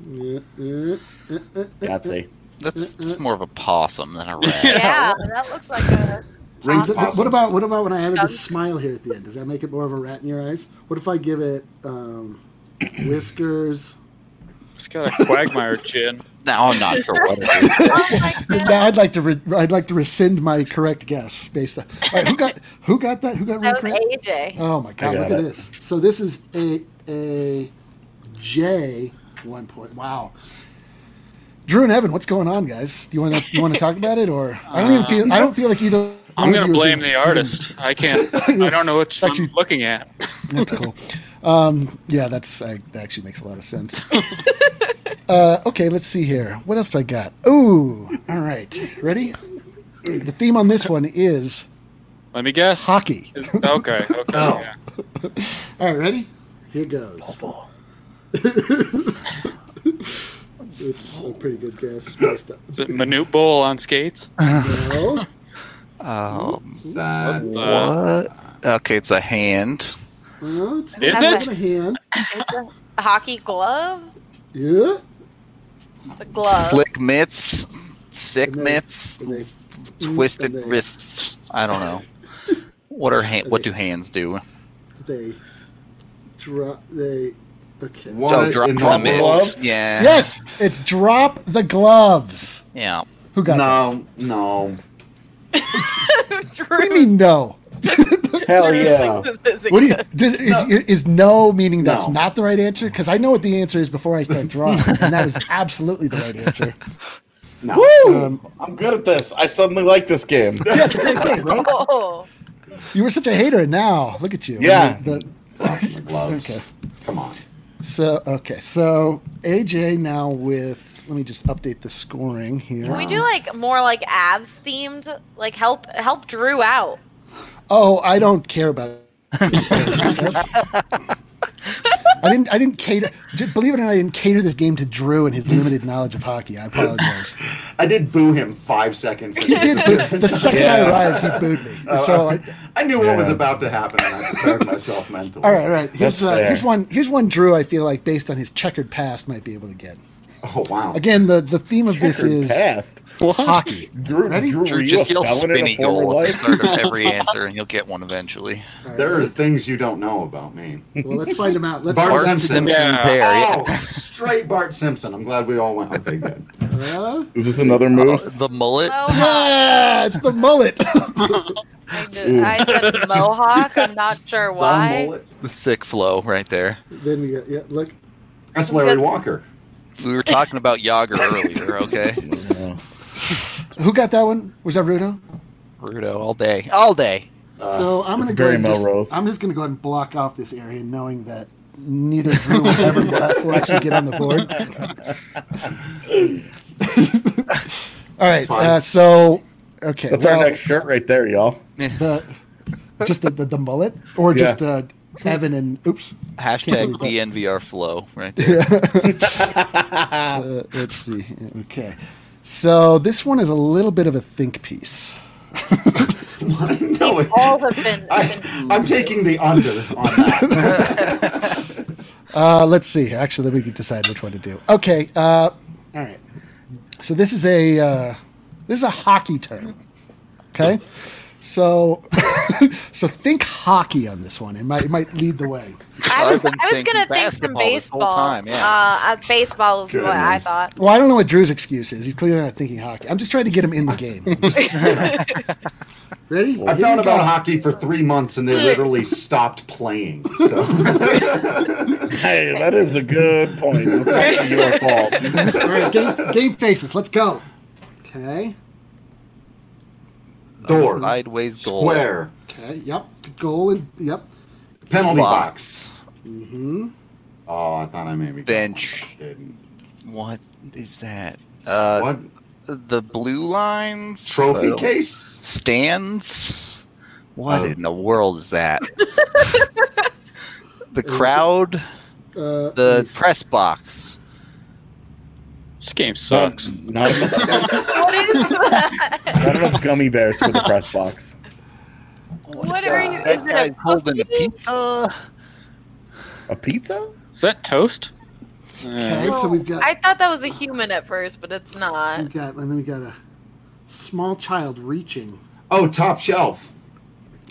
S2: Uh-huh. Yahtzee.
S1: That's it's more of a possum than a
S5: Yeah,
S1: rat.
S5: that looks like a.
S3: Rings
S6: So,
S3: awesome.
S6: What about what about when I added
S5: Um,
S6: the smile here at the end? Does that make it more of a rat in your eyes? What if I give it um, whiskers?
S4: It's got a quagmire chin.
S1: Now I'm not sure what it is.
S5: Oh my god.
S6: Now I'd like to re- I'd like to rescind my correct guess based on all right, who got who got that who got
S5: That
S6: rink
S5: was
S6: rat?
S5: AJ.
S6: Oh my god!
S2: got
S6: Look at
S2: it.
S6: this. So this is a a J one point. Wow. Drew and Evan, what's going on, guys? Do you want to you want to talk about it or I don't even feel I don't feel like either.
S4: I'm
S6: one of
S4: gonna
S6: you is
S4: blame
S6: even-
S4: the artist. I can't. I don't know what I'm
S6: Actually-
S4: looking at.
S6: That's cool. Um, yeah, that's uh, that actually makes a lot of sense. uh, okay, let's see here. What else do I got? Ooh, all right, ready. The theme on this one is
S4: Let me guess.
S6: hockey.
S4: Is- okay. Okay.
S3: Oh.
S4: yeah.
S6: All right, ready? Here goes. it's a pretty good guess. based on-
S4: Is it Manute Bowl on skates? Uh,
S6: No.
S1: Um,
S3: Sad.
S4: Uh,
S1: what? Okay, it's a hand.
S6: Well, it's
S4: Is
S6: not
S5: it?
S6: a hand.
S5: It's a, a hockey glove.
S6: Yeah.
S5: It's a glove.
S1: Slick mitts, sick
S6: And they-
S1: mitts,
S6: And they-
S1: twisted
S6: and they-
S1: wrists. I don't know. What are hand, what do hands do?
S6: They drop. They. Okay.
S3: What
S1: Oh, drop
S3: in
S1: the
S3: the
S1: mitts.
S2: gloves?
S1: Yeah.
S6: Yes, it's drop the gloves.
S1: Yeah.
S6: Who got that?
S3: No, no.
S6: What do you mean no?
S2: Hell yeah.
S6: What do you, does, is, is no meaning that's
S3: No.
S6: not the right answer? Because I know what the answer is before I start drawing, and that is absolutely the right answer.
S3: No.
S2: Woo!
S6: Um,
S2: I'm good at this. I suddenly like this game.
S6: yeah, it's a great game, right?
S5: Oh,
S6: You were such a hater, and now look at you.
S2: Yeah.
S6: The- the-
S3: Like gloves.
S6: Okay.
S3: Come on.
S6: so okay, so AJ now with let me just update the scoring here.
S5: can we do like more like abs themed? Like help help Drew out.
S6: Oh, I don't care about. Success. I didn't. I didn't cater. j- Believe it or not, I didn't cater this game to Drew and his limited knowledge of hockey. I apologize.
S3: I did boo him five seconds.
S6: He did. boo- The second I
S2: Yeah. Oh,
S6: arrived, he booed me. So, I,
S3: I knew what was
S2: Yeah.
S3: about to happen, and I prepared myself mentally.
S6: all right, all right. Here's
S2: That's
S6: uh,
S2: fair.
S6: here's one. Here's one. Drew, I feel like based on his checkered past, might be able to get.
S3: Oh wow.
S6: Again, the the theme of this
S2: Checkered
S6: is
S2: past.
S6: hockey.
S2: Drew,
S6: Ready?
S2: Drew, were
S1: Drew,
S2: you
S1: just
S2: a
S1: yell
S2: felon in
S1: spinny
S2: a former
S1: goal at the
S2: life?
S1: start of every answer, and you'll get one eventually.
S3: There are things you don't know about me.
S6: Well, let's find him out. Let's
S3: Bart
S1: Bart
S3: Simpson.
S1: Simpson
S4: Yeah.
S1: pair. yeah.
S3: Oh, straight Bart Simpson. I'm glad we all went. Okay, good.
S6: Uh,
S2: Is this another moose?
S1: The mullet.
S5: Mohawk.
S6: ah, it's the mullet.
S5: I did- I said mohawk. I'm not sure why.
S3: Mullet.
S1: The sick flow right there.
S6: then we got yeah. Look,
S3: That's Larry Walker.
S1: We were talking about Yager earlier, okay?
S2: Yeah.
S6: who got that one? Was that Rudo?
S1: Rudo all day. All day.
S3: Uh,
S6: so I'm
S2: it's
S6: gonna go.
S2: very
S6: ahead and
S2: Melrose.
S6: Just, I'm just gonna go ahead and block off this area, knowing that neither Drew will ever will, will actually get on the board. All right.
S3: fine.
S6: Uh, so okay.
S2: That's
S6: well,
S2: our next shirt right there, y'all.
S6: The, just the, the, the mullet, or just
S2: Yeah.
S6: uh, Evan and oops.
S1: Hashtag
S6: believe that.
S1: DNVR flow right there.
S6: Uh, let's see. Okay. So this one is a little bit of a think piece.
S3: no, it-
S5: All have been.
S3: I, I'm taking the under on that.
S6: Uh, let's see here. Actually, we can decide which one to do. Okay. Uh, all right. So this is a uh, this is a hockey term. Okay. So so think hockey on this one. It might it might lead the way.
S5: I was,
S1: I've been
S5: I was gonna
S1: thinking
S5: think some
S1: basketball this whole
S5: baseball.
S1: time, yeah.
S5: uh, uh, baseball is what I
S3: Goodness.
S5: thought.
S6: Well, I don't know what Drew's excuse is. He's clearly not thinking hockey. I'm just trying to get him in the game. Ready?
S3: I've
S6: Here
S3: known
S6: we
S3: about
S6: go.
S3: hockey for three months, and they literally stopped playing. So
S2: Hey, that is a good point. That's not your fault.
S6: All right, game, game faces. Let's go. Okay.
S3: door,
S1: Sideways goal.
S3: square,
S6: Okay. Yep. Goal and yep.
S3: penalty box.
S1: Box.
S6: Mm-hmm.
S3: Oh, I thought I maybe
S1: Bench.
S3: Didn't.
S1: What is that? Uh,
S3: what
S1: The blue lines?
S3: trophy
S1: Uh,
S3: case?
S1: Stands? What
S3: Oh.
S1: in the world is that? the crowd?
S6: Uh,
S1: The
S6: let's-
S1: press box.
S4: This game sucks.
S2: Not enough,
S5: What is that?
S2: not enough gummy bears for the press box.
S5: What are you? Is
S1: That guy's
S5: it a
S1: holding a
S5: puppy?
S1: pizza.
S2: A pizza?
S4: Is that toast? Uh,
S6: Okay, so we've got
S5: I thought that was a human at first, but it's not.
S6: we got and then we got a small child reaching.
S3: Oh, top shelf.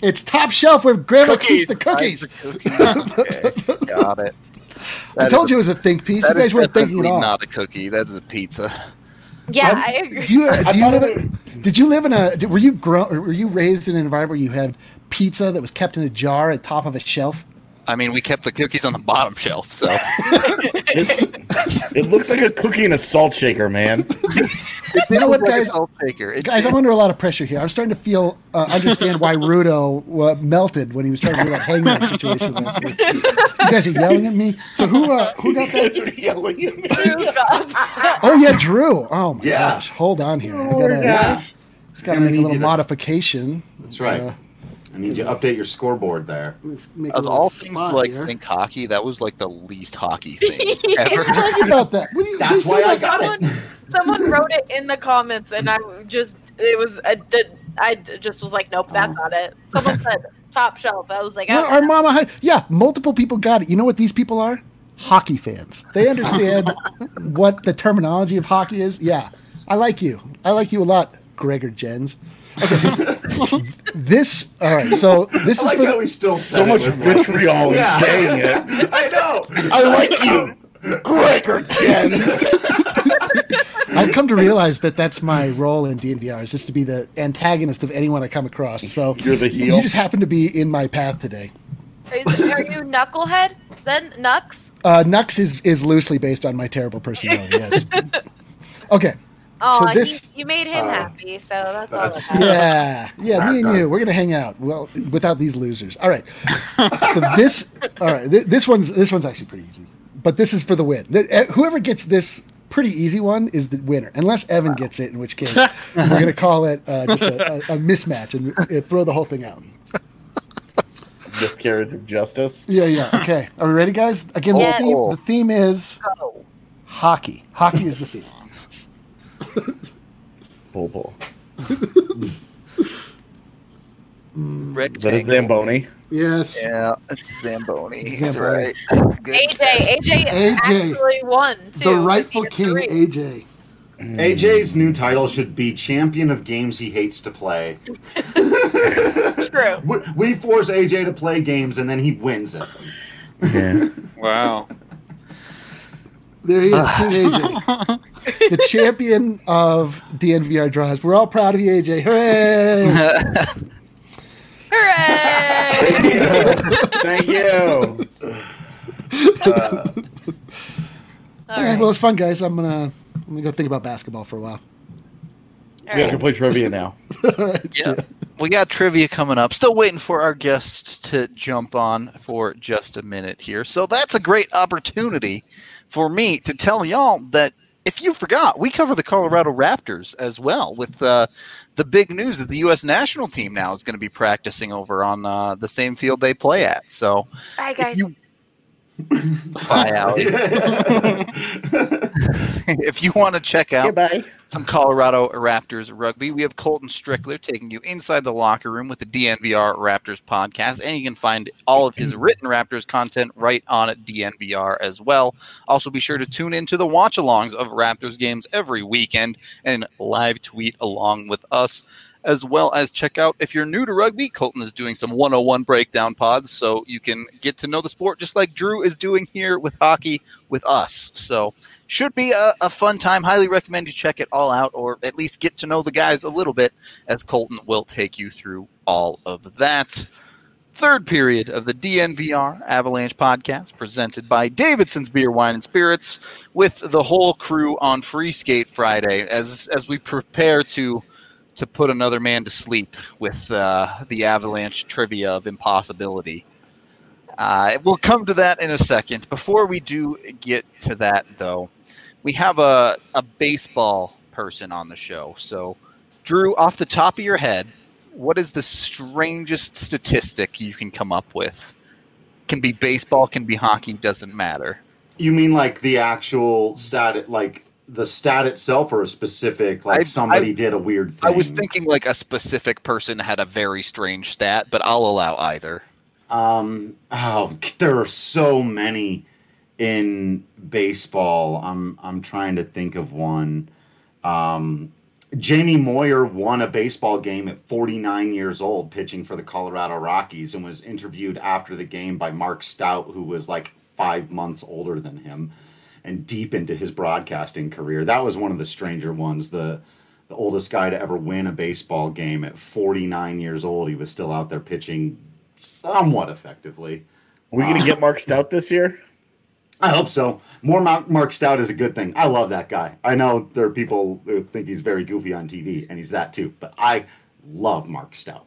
S6: It's top shelf where grandma
S4: Cookies.
S6: keeps the cookies.
S1: Okay, got it.
S6: I told you it was a think piece. You
S1: that is
S6: guys weren't thinking at
S1: definitely
S6: all.
S1: Not a cookie. That is a pizza.
S5: Yeah,
S6: I've-
S5: I
S6: Do
S5: agree.
S6: you, uh, do you
S2: thought
S6: live
S2: it
S6: in, did you live in a did, were you grow or were you raised in an environment where you had pizza that was kept in a jar at top of a shelf?
S1: I mean, we kept the cookies on the bottom shelf, so
S2: It, it looks like a cookie and a salt shaker, man.
S6: You know what, guys?
S1: I'll take her. It-
S6: Guys, I'm under a lot of pressure here. I'm starting to feel uh, understand why Rudo uh, melted when he was trying to do that hangman situation last week. You guys are yelling at me. So who uh, who got that?
S2: are yelling at me.
S6: Oh yeah, Drew. Oh my
S3: Yeah.
S6: gosh. Hold on here.
S3: Oh,
S6: I gotta, Just gotta
S3: Gonna
S6: make a
S3: need
S6: little
S3: you to-
S6: modification.
S3: That's right.
S6: Uh,
S3: I need you to update your scoreboard there.
S6: let's make a
S1: Of
S6: little
S1: all things
S6: spot
S1: to, like
S6: here.
S1: think hockey, that was like the least hockey thing ever.
S6: Talking about that. What do you,
S3: That's
S6: you
S3: why
S6: said,
S3: I
S6: like,
S3: got it.
S5: someone, someone wrote it in the comments, and I just it was I did I d- just was like, nope, that's
S6: Oh.
S5: not it. Someone said top shelf. I was like, "Oh,
S6: Our,
S5: I
S6: our mama, hi- yeah, multiple people got it. You know what these people are? Hockey fans. They understand what the terminology of hockey is. Yeah, I like you. I like you a lot, Gregor Jens. Okay. this, all right. So this
S3: I
S6: is
S3: like
S6: for
S3: how
S6: the,
S3: we still
S2: So much vitriol in
S3: Yeah.
S2: saying it.
S3: I know.
S2: I like you, Gregor Jen.
S6: I've come to realize that that's my role in DNVR is just to be the antagonist of anyone I come across. So
S2: You're the heel.
S6: You just happen to be in my path today.
S5: are, you, are you knucklehead? Then Nux.
S6: Uh, Nux is, is loosely based on my terrible personality. Yes. okay.
S5: Oh,
S6: So
S5: and
S6: this-
S5: you, you made him
S3: Uh,
S5: happy, so that's,
S3: that's-
S5: all. That matters.
S6: Yeah, yeah, me and you, we're gonna hang out. Well, without these losers. All right. So this, all right, th- this one's this one's actually pretty easy, but this is for the win. Th- eh, whoever gets this pretty easy one is the winner, unless Evan gets it, in which case we're gonna call it uh, just a, a, a mismatch and uh, throw the whole thing out.
S2: Miscarriage of justice.
S6: Yeah, yeah. Okay, are we ready, guys? Again,
S5: Yeah.
S6: the, theme, the theme is
S5: Oh,
S6: hockey. Hockey is the theme.
S2: Bull bull.
S1: Rick
S2: Is that a Zamboni?
S6: Yes.
S1: Yeah, it's Zamboni. He's
S6: Zamboni.
S1: right.
S5: AJ, AJ,
S6: AJ.
S5: actually won too.
S6: The rightful
S5: He
S6: king,
S5: had three.
S6: AJ.
S3: AJ's new title should be Champion of Games He Hates to Play.
S5: True.
S3: We, we force AJ to play games and then he wins it.
S2: Yeah.
S4: Wow.
S6: There he is, King AJ, the champion of DNVR draws. We're all proud of you, AJ. Hooray!
S5: Hooray!
S2: Thank you.
S5: all
S6: All
S5: right.
S6: right, well, it's fun, guys. I'm gonna I'm gonna go think about basketball for a while.
S5: all
S2: We
S5: right.
S2: can play trivia now.
S6: all right,
S1: Yeah. We got trivia coming up. Still waiting for our guests to jump on for just a minute here. So that's a great opportunity for me to tell y'all that if you forgot, we cover the Colorado Raptors as well with uh, the big news that the U.S. national team now is going to be practicing over on uh, the same field they play at. So
S5: Bye,
S1: if
S5: guys.
S1: you, Bye, Allie. if you want to check out
S2: Goodbye.
S1: some Colorado Raptors rugby. We have Colton Strickler taking you inside the locker room with the DNVR Raptors podcast, and you can find all of his written Raptors content right on at DNVR as well. Also, be sure to tune into the watch alongs of Raptors games every weekend and live tweet along with us. As well as check out if you're new to rugby, Colton is doing some 101 breakdown pods so you can get to know the sport just like Drew is doing here with hockey with us. So should be a, a fun time. Highly recommend you check it all out or at least get to know the guys a little bit as Colton will take you through all of that. Third period of the DNVR Avalanche podcast presented by Davidson's Beer, Wine, and Spirits with the whole crew on Free Skate Friday as as we prepare to to put another man to sleep with uh, the Avalanche trivia of impossibility. Uh, we'll come to that in a second. Before we do get to that, though, we have a, a baseball person on the show. So, Drew, off the top of your head, what is the strangest statistic you can come up with? Can be baseball, can be hockey, doesn't matter.
S3: You mean like the actual stat, like the stat itself, or a specific, like
S1: I-
S3: somebody did a weird thing?
S1: I was thinking like a specific person had a very strange stat, but I'll allow either.
S3: Um, oh, there are so many in baseball. I'm I'm trying to think of one. Um, Jamie Moyer won a baseball game at 49 years old, pitching for the Colorado Rockies, and was interviewed after the game by Mark Stout, who was like five months older than him, and deep into his broadcasting career. That was one of the stranger ones. The the oldest guy to ever win a baseball game at 49 years old. He was still out there pitching somewhat effectively.
S2: Are we gonna get Mark Stout this year?
S3: I hope so. More Mark, Mark Stout is a good thing. I love that guy. I know there are people who think he's very goofy on TV, and he's that too. But I love Mark Stout,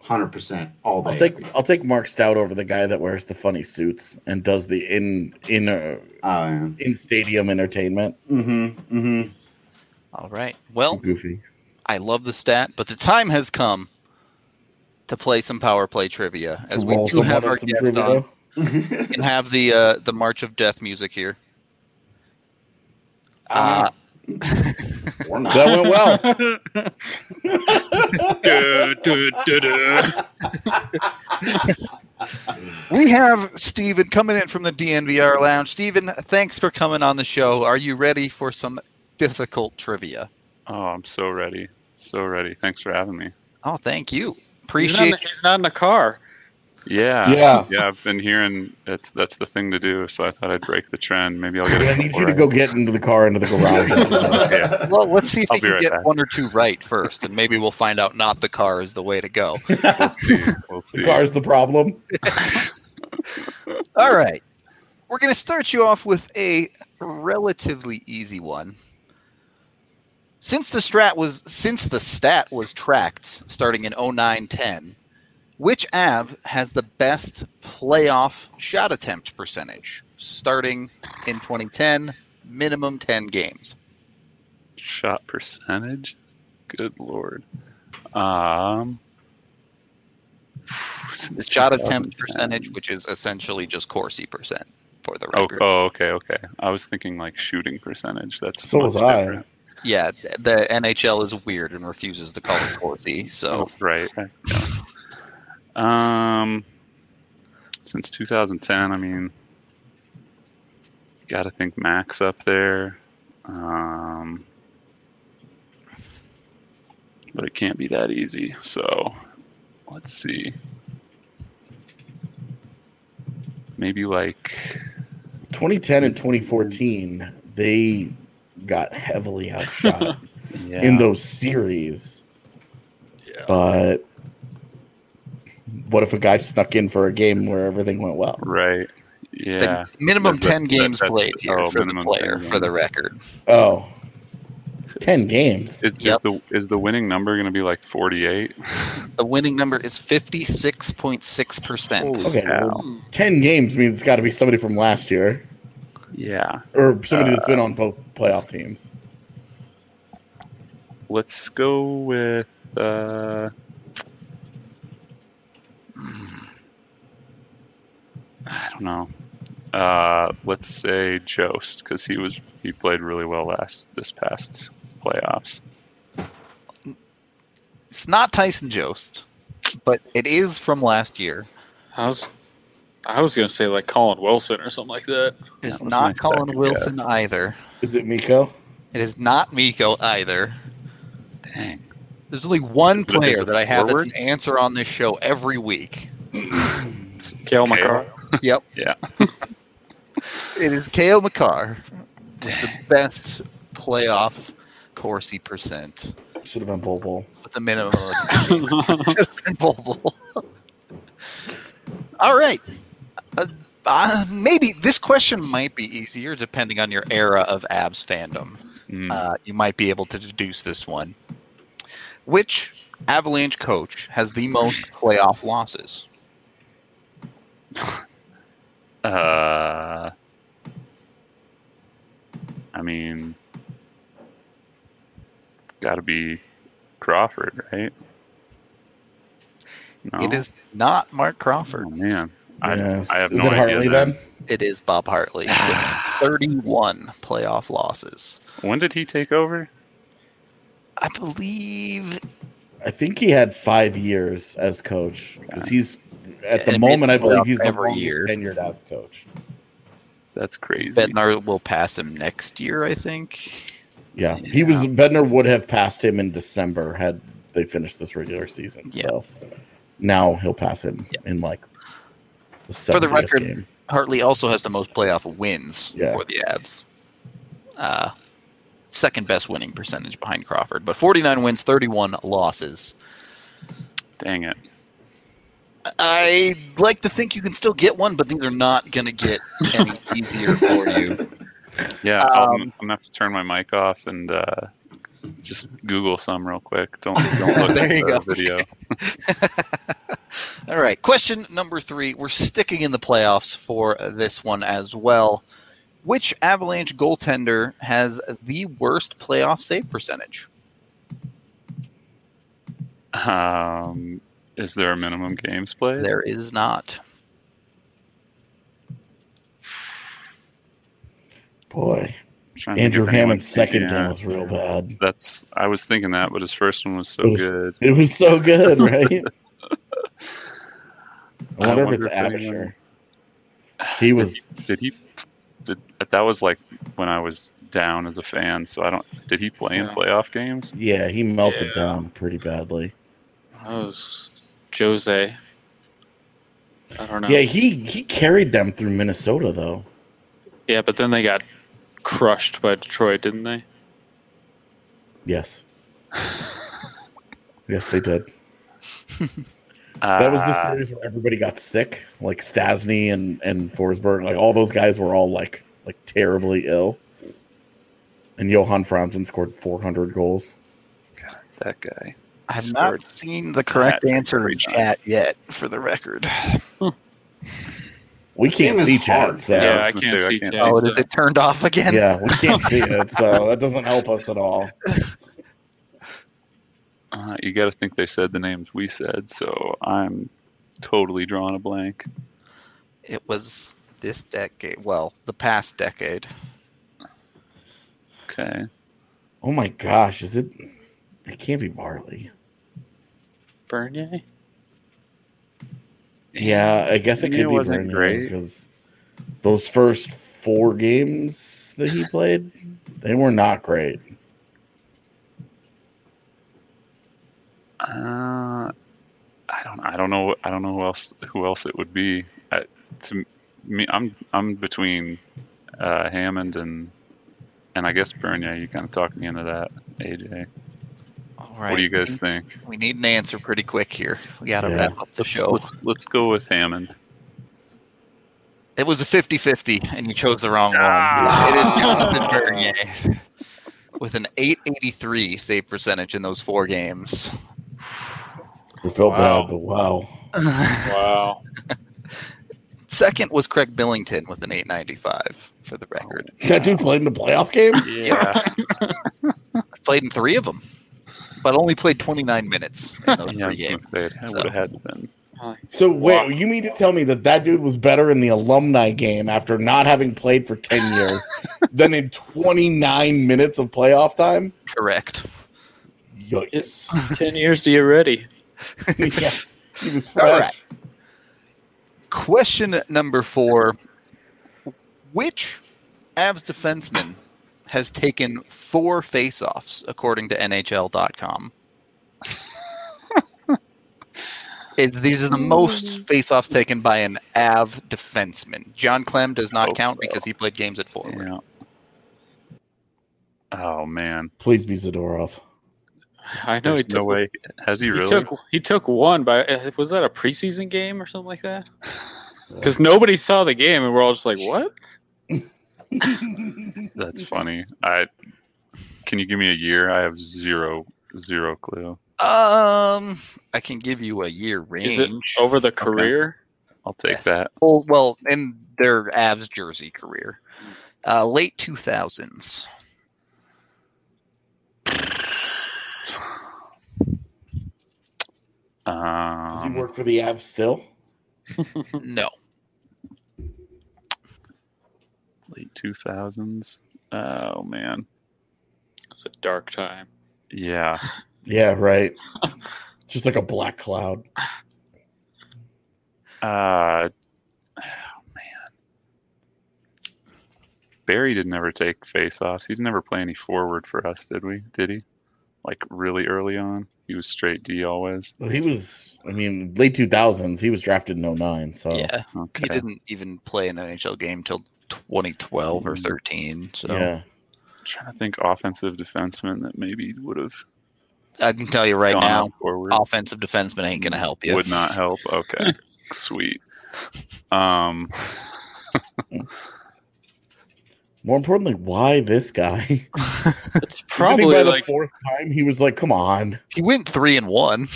S3: hundred percent all day.
S2: I'll take
S3: every day.
S2: I'll take Mark Stout over the guy that wears the funny suits and does the in in uh,
S3: Uh,
S2: in stadium entertainment.
S3: mm-hmm. Mm-hmm.
S1: All right. Well,
S2: Goofy.
S1: I love the stat, but the time has come to play some power play trivia as we
S2: Roll
S1: do have
S2: someone
S1: our
S2: in some
S1: guest
S2: trivia.
S1: on and have the uh, the march of death music here. Uh,
S2: So
S3: or
S2: that
S3: not.
S2: went well.
S4: Duh, duh, duh, duh.
S1: we have Steven coming in from the DNVR lounge. Steven, thanks for coming on the show. Are you ready for some difficult trivia?
S7: Oh, I'm so ready. So ready. Thanks for having me.
S1: Oh, thank you.
S4: He's not, in,
S1: Appreciate
S4: the- he's not in the car.
S7: Yeah.
S2: Yeah.
S7: Yeah, I've been hearing it's that's the thing to do, so I thought I'd break the trend. Maybe I'll get
S2: I
S7: it.
S2: need you to go get into the car into the garage.
S7: yeah.
S1: Well, let's see if
S7: I'll
S1: he
S7: be
S1: can
S7: right
S1: get
S7: back.
S1: one or two right first, and maybe we'll find out not the car is the way to go.
S7: We'll see.
S2: the car's the problem.
S1: All right. We're going to start you off with a relatively easy one. Since the strat was since the stat was tracked starting in 0910, which Av has the best playoff shot attempt percentage starting in 2010, minimum 10 games?
S7: Shot percentage? Good lord. Um.
S1: Shot attempt percentage, which is essentially just Corsi percent for the
S7: Oh,
S1: record.
S7: oh, okay, okay. I was thinking like shooting percentage. That's
S2: So was
S7: much
S2: I.
S7: different.
S1: Yeah, th- the NHL is weird and refuses to call it Corsi, so
S7: Right. right, yeah. Oh, Um, since 2010, I mean, got to think Max up there. Um, but it can't be that easy. So let's see. Maybe like
S2: 2010 and 2014, they got heavily outshot
S7: yeah.
S2: in those series. But what if a guy snuck in for a game where everything went well?
S7: right.
S1: the
S7: Yeah.
S1: minimum
S7: That-
S1: 10
S7: that-
S1: games
S7: that-
S1: played
S7: that-
S1: here
S7: oh,
S1: for the
S7: minimum 10
S1: player,
S7: games.
S1: for the record.
S2: Oh, 10 games.
S7: Is,
S1: Yep.
S7: is the is the winning number going to be like 48?
S1: The winning number is 56.6%.
S2: Okay. well,
S4: Hmm.
S2: 10 games means it's got to be somebody from last year
S7: Yeah.
S2: or somebody that's been on both playoff teams.
S7: Let's go with. Uh, I don't know. Uh, let's say Jost because he was he played really well last this past playoffs.
S1: It's not Tyson Jost, but it is from last year.
S4: I was, I was gonna say like Colin Wilson or something like that.
S1: It's
S7: That was my
S1: not Colin
S7: second
S1: Wilson either.
S2: Is it Miko?
S1: It is not Miko either.
S7: Dang.
S1: There's only one
S7: But I think
S1: player
S7: with
S1: that I have that's
S7: forward?
S1: an answer on this show every week.
S4: Kale McCarr.
S1: Yep.
S7: Yeah.
S1: It is Kale McCarr, with the best playoff Corsi percent
S2: Should have been Bull Bull.
S1: with a minimum of Justin Boble. All right. Uh, uh, maybe this question might be easier depending on your era of abs fandom.
S7: Mm,
S1: Uh, you might be able to deduce this one. Which Avalanche coach has the most playoff losses?
S7: uh, I mean, got to be Crawford, right? No?
S1: It is not Mark Crawford.
S7: Oh, man, I,
S2: Yes.
S7: I have
S2: Is
S7: no
S2: it
S7: idea.
S2: Hartley
S7: then.
S2: then?
S1: It is Bob Hartley with 31 playoff losses.
S7: When did he take over?
S1: I believe
S2: I think he had five years as coach because he's at the
S1: And made
S2: moment. I
S1: the
S2: believe
S1: playoffs
S2: he's the
S1: every
S2: longest
S1: year.
S2: tenured abs coach.
S7: That's crazy.
S1: Bednar will pass him next year, I think.
S2: Yeah, he was. Bednar would have passed him in December had they finished this regular season.
S1: Yeah.
S2: So now he'll pass him in like the
S1: For the
S2: 70th
S1: record-
S2: game.
S1: Hartley also has the most playoff wins
S2: Yeah.
S1: for the Abs. Uh, second best winning percentage behind Crawford, but 49 wins, 31 losses.
S7: Dang it.
S1: I like to think you can still get one, but these are not going to get any easier for you.
S7: Yeah, I'll-
S1: Um,
S7: I'm gonna have to turn my mic off and uh, just Google some real quick. Don't don't look
S1: There
S7: at
S1: you
S7: the
S1: go.
S7: video.
S1: All right, question number three. We're sticking in the playoffs for this one as well. Which Avalanche goaltender has the worst playoff save percentage?
S7: Um, is there a minimum games played?
S1: There is not.
S2: Boy,
S7: Trying to
S2: Andrew
S7: think of anyone-
S2: Hammond's second
S7: yeah.
S2: game was real bad.
S7: That's I was thinking that, but his first one was so
S2: It was-
S7: good.
S2: It was so good, right? I
S7: I
S2: wonder if
S7: wonder
S2: it's
S7: if anyone-
S2: Abisher. He was.
S7: Did he? Did that was like when I was down as a fan. So I don't. Did he play in
S4: Yeah.
S7: playoff games?
S2: Yeah, he melted
S4: Yeah.
S2: down pretty badly.
S4: That was Jose. I don't know.
S2: Yeah, he he carried them through Minnesota though.
S4: Yeah, but then they got crushed by Detroit, didn't they?
S2: Yes. yes, they did. That was the
S7: Ah,
S2: series where everybody got sick, like Stasny and and Forsberg, like all those guys were all like like terribly ill. and Johan Franzen scored 400 goals.
S7: God, that guy.
S1: I've
S7: Scored.
S1: not seen the correct
S7: That
S1: answer in
S7: great shot.
S1: chat yet, for the record.
S2: We
S3: This game
S2: can't
S3: is
S2: see
S3: hard.
S2: chat, so
S4: Yeah,
S2: yeah.
S4: I
S7: I was gonna
S4: can't
S7: say, I
S4: see
S7: can't-
S4: Chad.
S1: Oh, is it turned off again?
S2: we can't see it, so that doesn't help us at all.
S7: Uh, you got to think they said the names we said, so I'm totally drawing a blank.
S1: It was this decade. Well, the past decade.
S7: Okay.
S2: Oh my gosh, is it? It can't be barley.
S4: Bernier?
S2: Yeah, I guess it
S7: He
S2: could be
S7: wasn't
S2: Bernier
S7: great.
S2: because those first four games that he played, they were not great.
S7: Uh, I don't. I don't know. I don't know who else. Who else it would be? I, to me, I'm. I'm between uh, Hammond and and I guess Bernier. You kind of talked me into that, AJ.
S1: All right.
S7: What do you guys think?
S1: We need an answer pretty quick here. We got to
S2: Yeah.
S1: wrap up the
S7: Let's,
S1: show.
S7: let's, let's go with Hammond.
S1: It was a 50 50, and you chose the wrong
S7: Ah.
S1: one. It is Jonathan Bernier with an 883 save percentage in those four games.
S2: We felt
S4: Wow.
S2: bad, but wow.
S4: Wow.
S1: Second was Craig Billington with an 895 for the record.
S2: That dude played in the playoff game?
S7: Oh, Yeah.
S1: Played in three of them, but only played 29 minutes in those three
S7: yeah
S1: games.
S7: I
S1: So,
S7: would have had them.
S2: So wait,
S4: Wow.
S2: you mean to tell me that that dude was better in the alumni game after not having played for 10 years than in 29 minutes of playoff time?
S1: correct.
S2: Yikes.
S4: Ten years to get ready.
S2: yeah. He was fresh.
S1: All right. Question number four Which Avs defenseman has taken four faceoffs, according to NHL.com? It, these are the most faceoffs taken by an Av defenseman. John Clem does not
S7: Oh,
S1: count because he played games at forward.
S7: Yeah. Oh man.
S2: Please be Zadorov.
S4: I know he
S7: There's
S4: took.
S7: no way. Has he,
S4: He
S7: really?
S4: took. He took one, but uh, was that a preseason game or something like that? Because nobody saw the game, and we're all just like, "What?"
S7: That's
S1: Mm-hmm.
S7: funny. I can you give me a year? I have zero zero clue.
S1: Um, I can give you a year range.
S4: Is it oh? over the career?
S7: I'll take
S1: Yes.
S7: that.
S1: Well, well, in their Avs jersey career, uh, late two thousands.
S2: Does he
S7: Um,
S2: work for the Avs still?
S1: No,
S7: late two thousands. Oh man,
S4: It's a dark time.
S7: yeah.
S2: Yeah, right. Just like a black cloud.
S7: Uh, oh man, Barry did never take faceoffs. He did never play any forward for us, did we? Did he? Like really early on, he was straight D always.
S2: Well, he was, I mean, late 2000s. He was drafted in 09. So
S1: yeah,
S7: Okay.
S1: he didn't even play an NHL game till twenty twelve or
S7: Mm.
S1: thirteen. So
S2: yeah.
S7: trying to think offensive defenseman that maybe would have
S1: I can tell you right
S7: gone
S1: now,
S7: up forward.
S1: offensive defenseman ain't gonna help you.
S7: Would not help. Okay, sweet. Um,
S2: More importantly, why this guy?
S4: It's
S2: I think by
S4: probably
S2: the
S4: like
S2: fourth time, he was like, come on.
S1: He went three and one.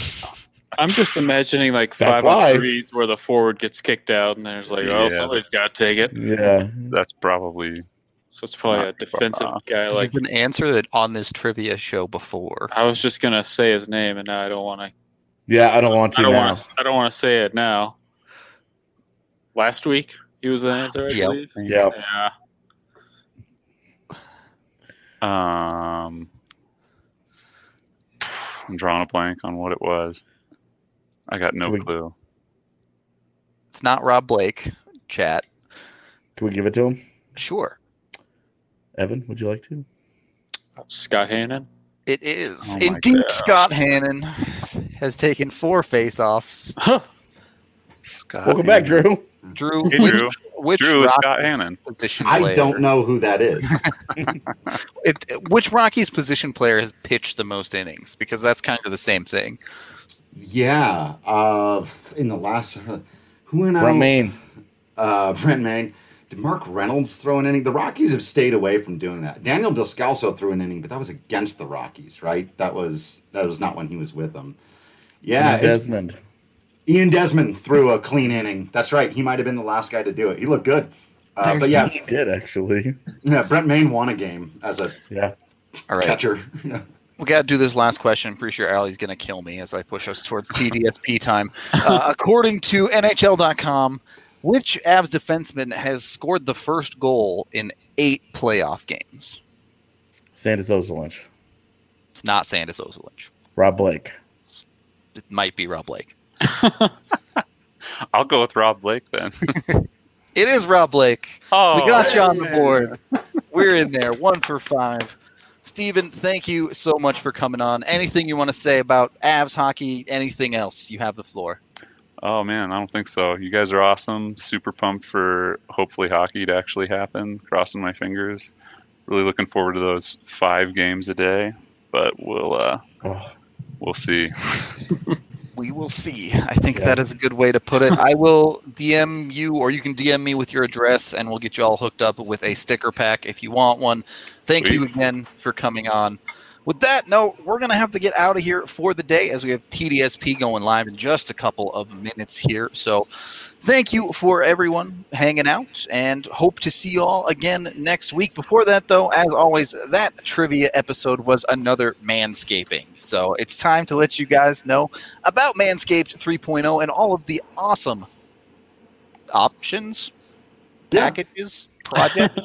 S4: I'm just imagining like
S2: That's
S4: five on
S2: live.
S4: threes where the forward gets kicked out, and there's like, "Oh,
S7: Yeah.
S4: somebody's got to take it."
S2: Yeah.
S7: that's probably
S4: So it's probably a
S7: Not too far
S4: defensive
S7: off.
S4: guy. Like
S1: Like an answer that on this trivia show before.
S4: I was just gonna say his name, and now I don't want to.
S2: Yeah, I don't want to
S4: I don't
S2: now.
S4: want to. I don't want to say it now. Last week he was an answer, I
S1: Yep.
S4: believe.
S2: Yeah.
S4: Yeah,
S7: um. I'm drawing a blank on what it was. I got no
S2: Can we-
S7: clue.
S1: It's not Rob Blake. Chat.
S2: Can we give it to him?
S1: Sure,
S2: Evan, would you like to?
S4: Scott Hannon.
S1: it is
S7: Oh my
S1: indeed.
S7: God.
S1: Scott Hannon has taken four faceoffs.
S4: Huh.
S7: Scott
S2: Welcome back,
S7: Hannon.
S2: Drew.
S1: Drew,
S7: Hey,
S1: which,
S7: Drew.
S1: which
S7: Drew is
S1: Rock-
S7: Scott Hannon.
S1: position
S3: I
S1: player-
S3: don't know who that is.
S1: it, it- which Rockies position player has pitched the most innings because that's kind of the same thing.
S3: yeah. Uh, in the last, who and I?
S2: Romaine.
S3: uh, Brent Maine. Did Mark Reynolds throw an inning? The Rockies have stayed away from doing that. Daniel Descalso threw an inning, but that was against the Rockies, right? That was that was not when he was with them. Yeah,
S2: And
S3: it's-
S2: Desmond.
S3: Ian Desmond threw a clean inning. That's right. He might have been the last guy to do it. He looked good. Uh, but yeah,
S2: he did actually.
S3: yeah, Brent Maine won a game as a
S2: Yeah.
S1: All right.
S3: catcher.
S1: We got to do this last question. I'm pretty sure Allie's going to kill me as I push us towards TDSP time. Uh, according to NHL.com, which Avs defenseman has scored the first goal in eight playoff games?
S2: Sanders Ozelinch.
S1: It's not Sandis Ozelinch.
S2: Rob Blake.
S1: It might be Rob Blake.
S7: I'll go with Rob Blake then.
S1: It is Rob Blake.
S7: oh,
S1: we got you on the board. We're in there. One for five. Steven, thank you so much for coming on. Anything you want to say about Avs hockey? Anything else? You have the floor.
S7: Oh man, I don't think so. You guys are awesome. Super pumped for hopefully hockey to actually happen. Crossing my fingers. Really looking forward to those five games a day. But we'll uh,
S2: Oh,
S7: we'll see.
S1: We will see. I think
S2: Yeah.
S1: that is a good way to put it. I will DM you, or you can DM me with your address, and we'll get you all hooked up with a sticker pack if you want one. Thank you
S7: Sweet.
S1: again for coming on. With that note, we're going to have to get out of here for the day as we have TDSP going live in just a couple of minutes here. So thank you for everyone hanging out and hope to see you all again next week. Before that, though, as always, that trivia episode was another manscaping. So it's time to let you guys know about Manscaped 3.0 and all of the awesome options,
S3: Yeah.
S1: packages, projects.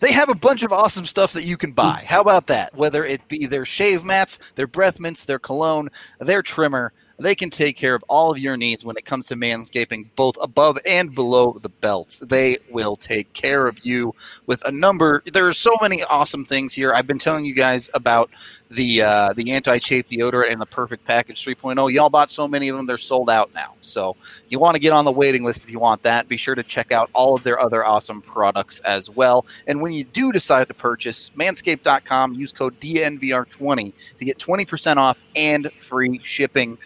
S1: they have a bunch of awesome stuff that you can buy. How about that? Whether it be their shave mats, their breath mints, their cologne, their trimmer, they can take care of all of your needs when it comes to manscaping, both above and below the belts. They will take care of you with a number. There are so many awesome things here. I've been telling you guys about the uh, the anti-chafe deodorant and the perfect package 3.0 y'all bought so many of them they're sold out now so you want to get on the waiting list if you want that be sure to check out all of their other awesome products as well and when you do decide to purchase manscaped.com use code dnvr20 to get 20% off and free shipping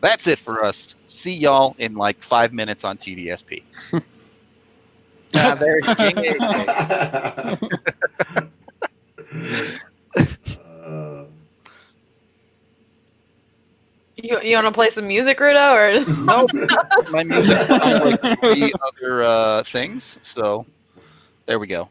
S1: that's it for us see y'all in like five minutes on tdsp Ah, there- yeah.
S3: Uh,
S5: You, you want to play some music, Rudo? Or
S1: Nope. My music on like three other uh, things. So there we go.